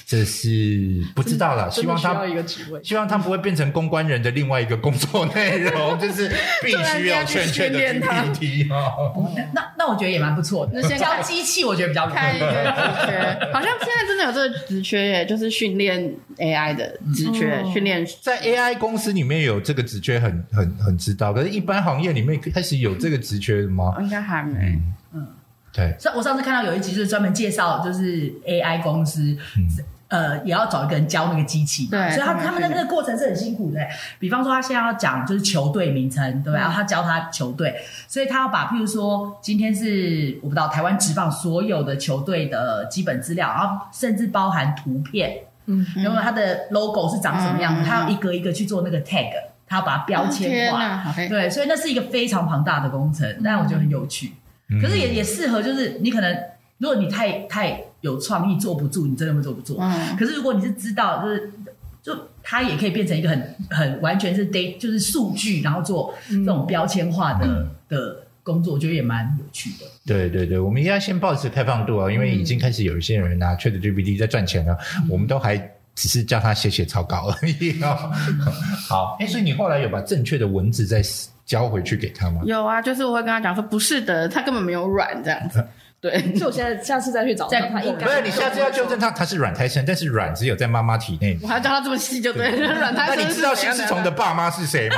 这是不知道了，希望
真的需
他
要一个职位。
希望他不会变成公关人的另外一个工作内容， 就是必须要劝劝
啊
的 GPT 哦。
那那那我觉得也蛮不错的
那先，看
教机器我觉得比较容
看一
易
个。职缺，好像现在真的有这个职缺耶，就是训练 AI 的职缺，
嗯
训练
在 AI 公司里面有这个职缺很很很知道，可是一般行业里面开始有这个职缺了吗？
应该还没。
嗯
嗯
对，
上我上次看到有一集就是专门介绍，就是 AI 公司，呃，也要找一个人教那个机器嘛，
对
所以他们
他
他
们
们的那个过程是很辛苦的。欸比方说，他现在要讲就是球队名称，
嗯
对吧？然后他教他球队，所以他要把譬如说今天是我不知道台湾职棒所有的球队的基本资料，然后甚至包含图片，
嗯，
然后它的 logo 是长什么样
嗯
子，
嗯
他要一个一个去做那个 tag，他要把它标签
哦天
化。
哪，好累。
对，所以那是一个非常庞大的工程，但我觉得很有趣。
嗯
可是也也适合，就是你可能如果你太太有创意，坐不住，你真的会坐不住。
嗯
可是如果你是知道，就是就它也可以变成一个很很完全是 data，就是数据，然后做
嗯
这种标签化的、
嗯
的工作，我觉得也蛮有趣 的。
对对对，我们要先保持开放度啊，因为已经开始有一些人拿 Chat GPT 在赚钱了，我们都还只是叫他写写草稿而已哦。 好，哎，所以你后来有把正确的文字再交回去给他吗？
有啊，就是我会跟他讲说，不是的，他根本没有软这样 子。对，
所以我现在下次再去找
再
他，他应该
不是，你下次要纠正他，他是软胎生，但是软只有在妈妈体内。
我还教他这么细就对了，软他
那你知道新世
是
虫的爸妈是谁 吗？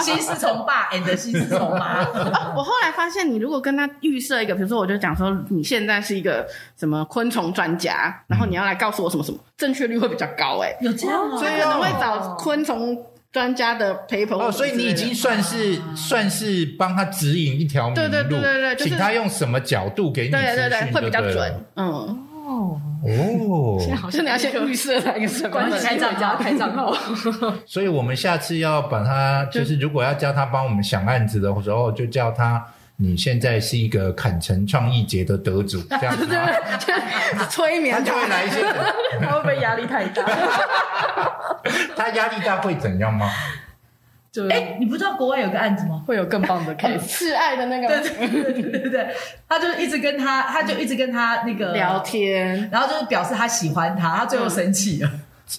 新丝虫爸 and 新丝虫妈，
我后来发现，你如果跟他预设一个，比如说，我就讲说你现在是一个什么昆虫专家，然后你要来告诉我什么什么，正确率会比较高哎、
有这
哦
样吗？
所以可能会找昆虫专家的 paper
哦，所以你已经算是算是帮他指引一条明路，
对对对对对就是
请他用什么角度给你资
对
讯
对对会比较
就对了
准，嗯，
哦，
哦。
好
就是你要先预设那个什么
关
关
系
系
开
开
账
账
号，
号
开账号，
所以我们下次要把
嗯
他，就是如果要叫他帮我们想案子的时候，就叫他。你现在是一个坎城创意节的得 主，这样子吗，
就催
他
眠
就
他。
会来一些。
他会不会压力太大？
他压力大会怎样吗？
就
哎、你不知道国外有个案子吗？
会有更棒的 case。
示爱的那个
对对对对对，他就一直跟他，他就一直跟他那个
聊，天，
然后就是表示他喜欢他，他最后生气了，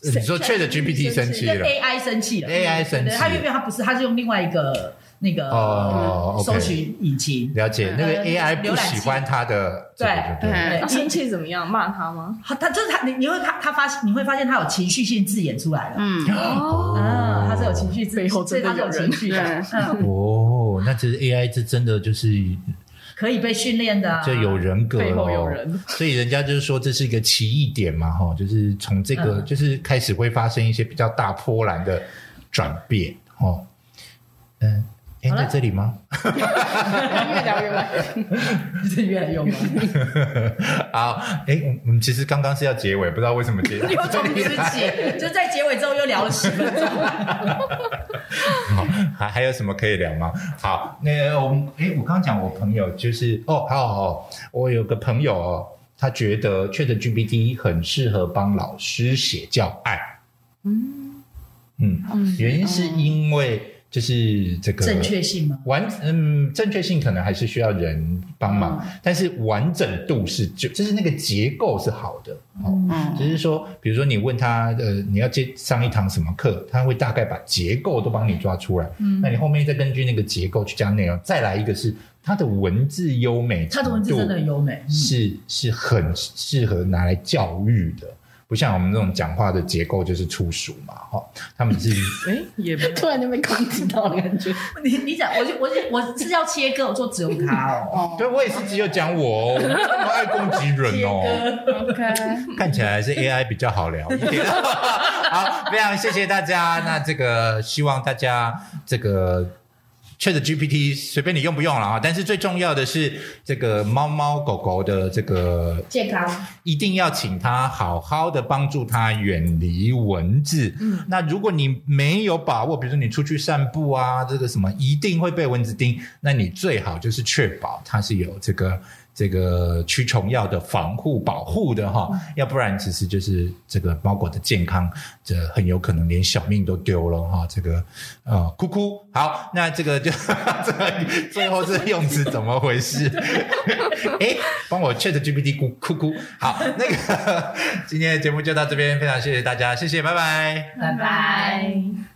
你说 Chat GPT 生气
跟
了
AI 生气了
，AI 生
对，
气
他因为他不是，他是用另外一个那个、
哦，OK
搜寻引擎，
了解那个
呃
AI
浏
不
览器
喜欢他的，
对
对
对
对
他生气怎么样？骂他吗？
他他就是他，你你会他他发你会发现他有情绪性字眼出来了，
嗯，
哦，
啊，他是有情绪字，
背后
所以
真的
他是
有
有
人
情绪 的，嗯，
哦，那这 AI 这真的就是
可以被训练的、啊，
这有人格
背后有
哦，
人
所以人家就是说这是一个奇异点嘛，哈，就是从这个、
嗯
就是开始会发生一些比较大波澜的转变，哦，嗯，哎，
好了
在这里吗？
越聊越歪。
这 越来越猛，
好，哎，我们我们其实刚刚是要结尾，不知 道为什么结
又重自己，就在结尾之后又聊了十分钟。
好，还还有什么可以聊吗？好，那我们哎，我刚刚讲我朋友就是哦，还有哦，我有个朋友哦，他觉得 Chat GPT 很适合帮老师写教案。嗯嗯，原因是因为就是这个
正确性吗？
完，嗯，正确性可能还是需要人帮忙，
嗯
但是完整度是就就是那个结构是好的，哦，
嗯
只是说，比如说你问他，呃，你要接上一堂什么课，他会大概把结构都帮你抓出来，嗯，那你后面再根据那个结构去加内容，再来一个是它的文字优美
他
程度，
的文字真的很优美，
是是很适合拿来教育的。不像我们这种讲话的结构就是粗俗嘛，哈、他们 是
哎，也没有。
突然就被控制到的感觉。
你你讲，我就我就我是要切割，我说只有他哦。
哦
对我也是只有讲我哦，我没那么爱攻击人哦。
，OK，
看起来还是 AI 比较好聊一点。好，非常谢谢大家。那这个希望大家这个 Chat GPT 随便你用不用了啊，但是最重要的是这个猫猫狗狗的这个
健康，
一定要请他好好的帮助他远离文字。嗯，那如果你没有把握，比如说你出去散步啊，这个什么一定会被蚊子叮，那你最好就是确保它是有这个这个驱虫药的防护保护的哈，要不然其实就是这个猫狗的健康，这很有可能连小命都丢了哈。这个呃，哭哭好，那这个就 这个最后这个用词怎么回事？ 哎，帮我 Chat GPT 咕哭哭。好，那 个今天的节目就到这边，非常谢谢大家，谢谢，拜拜。
拜拜。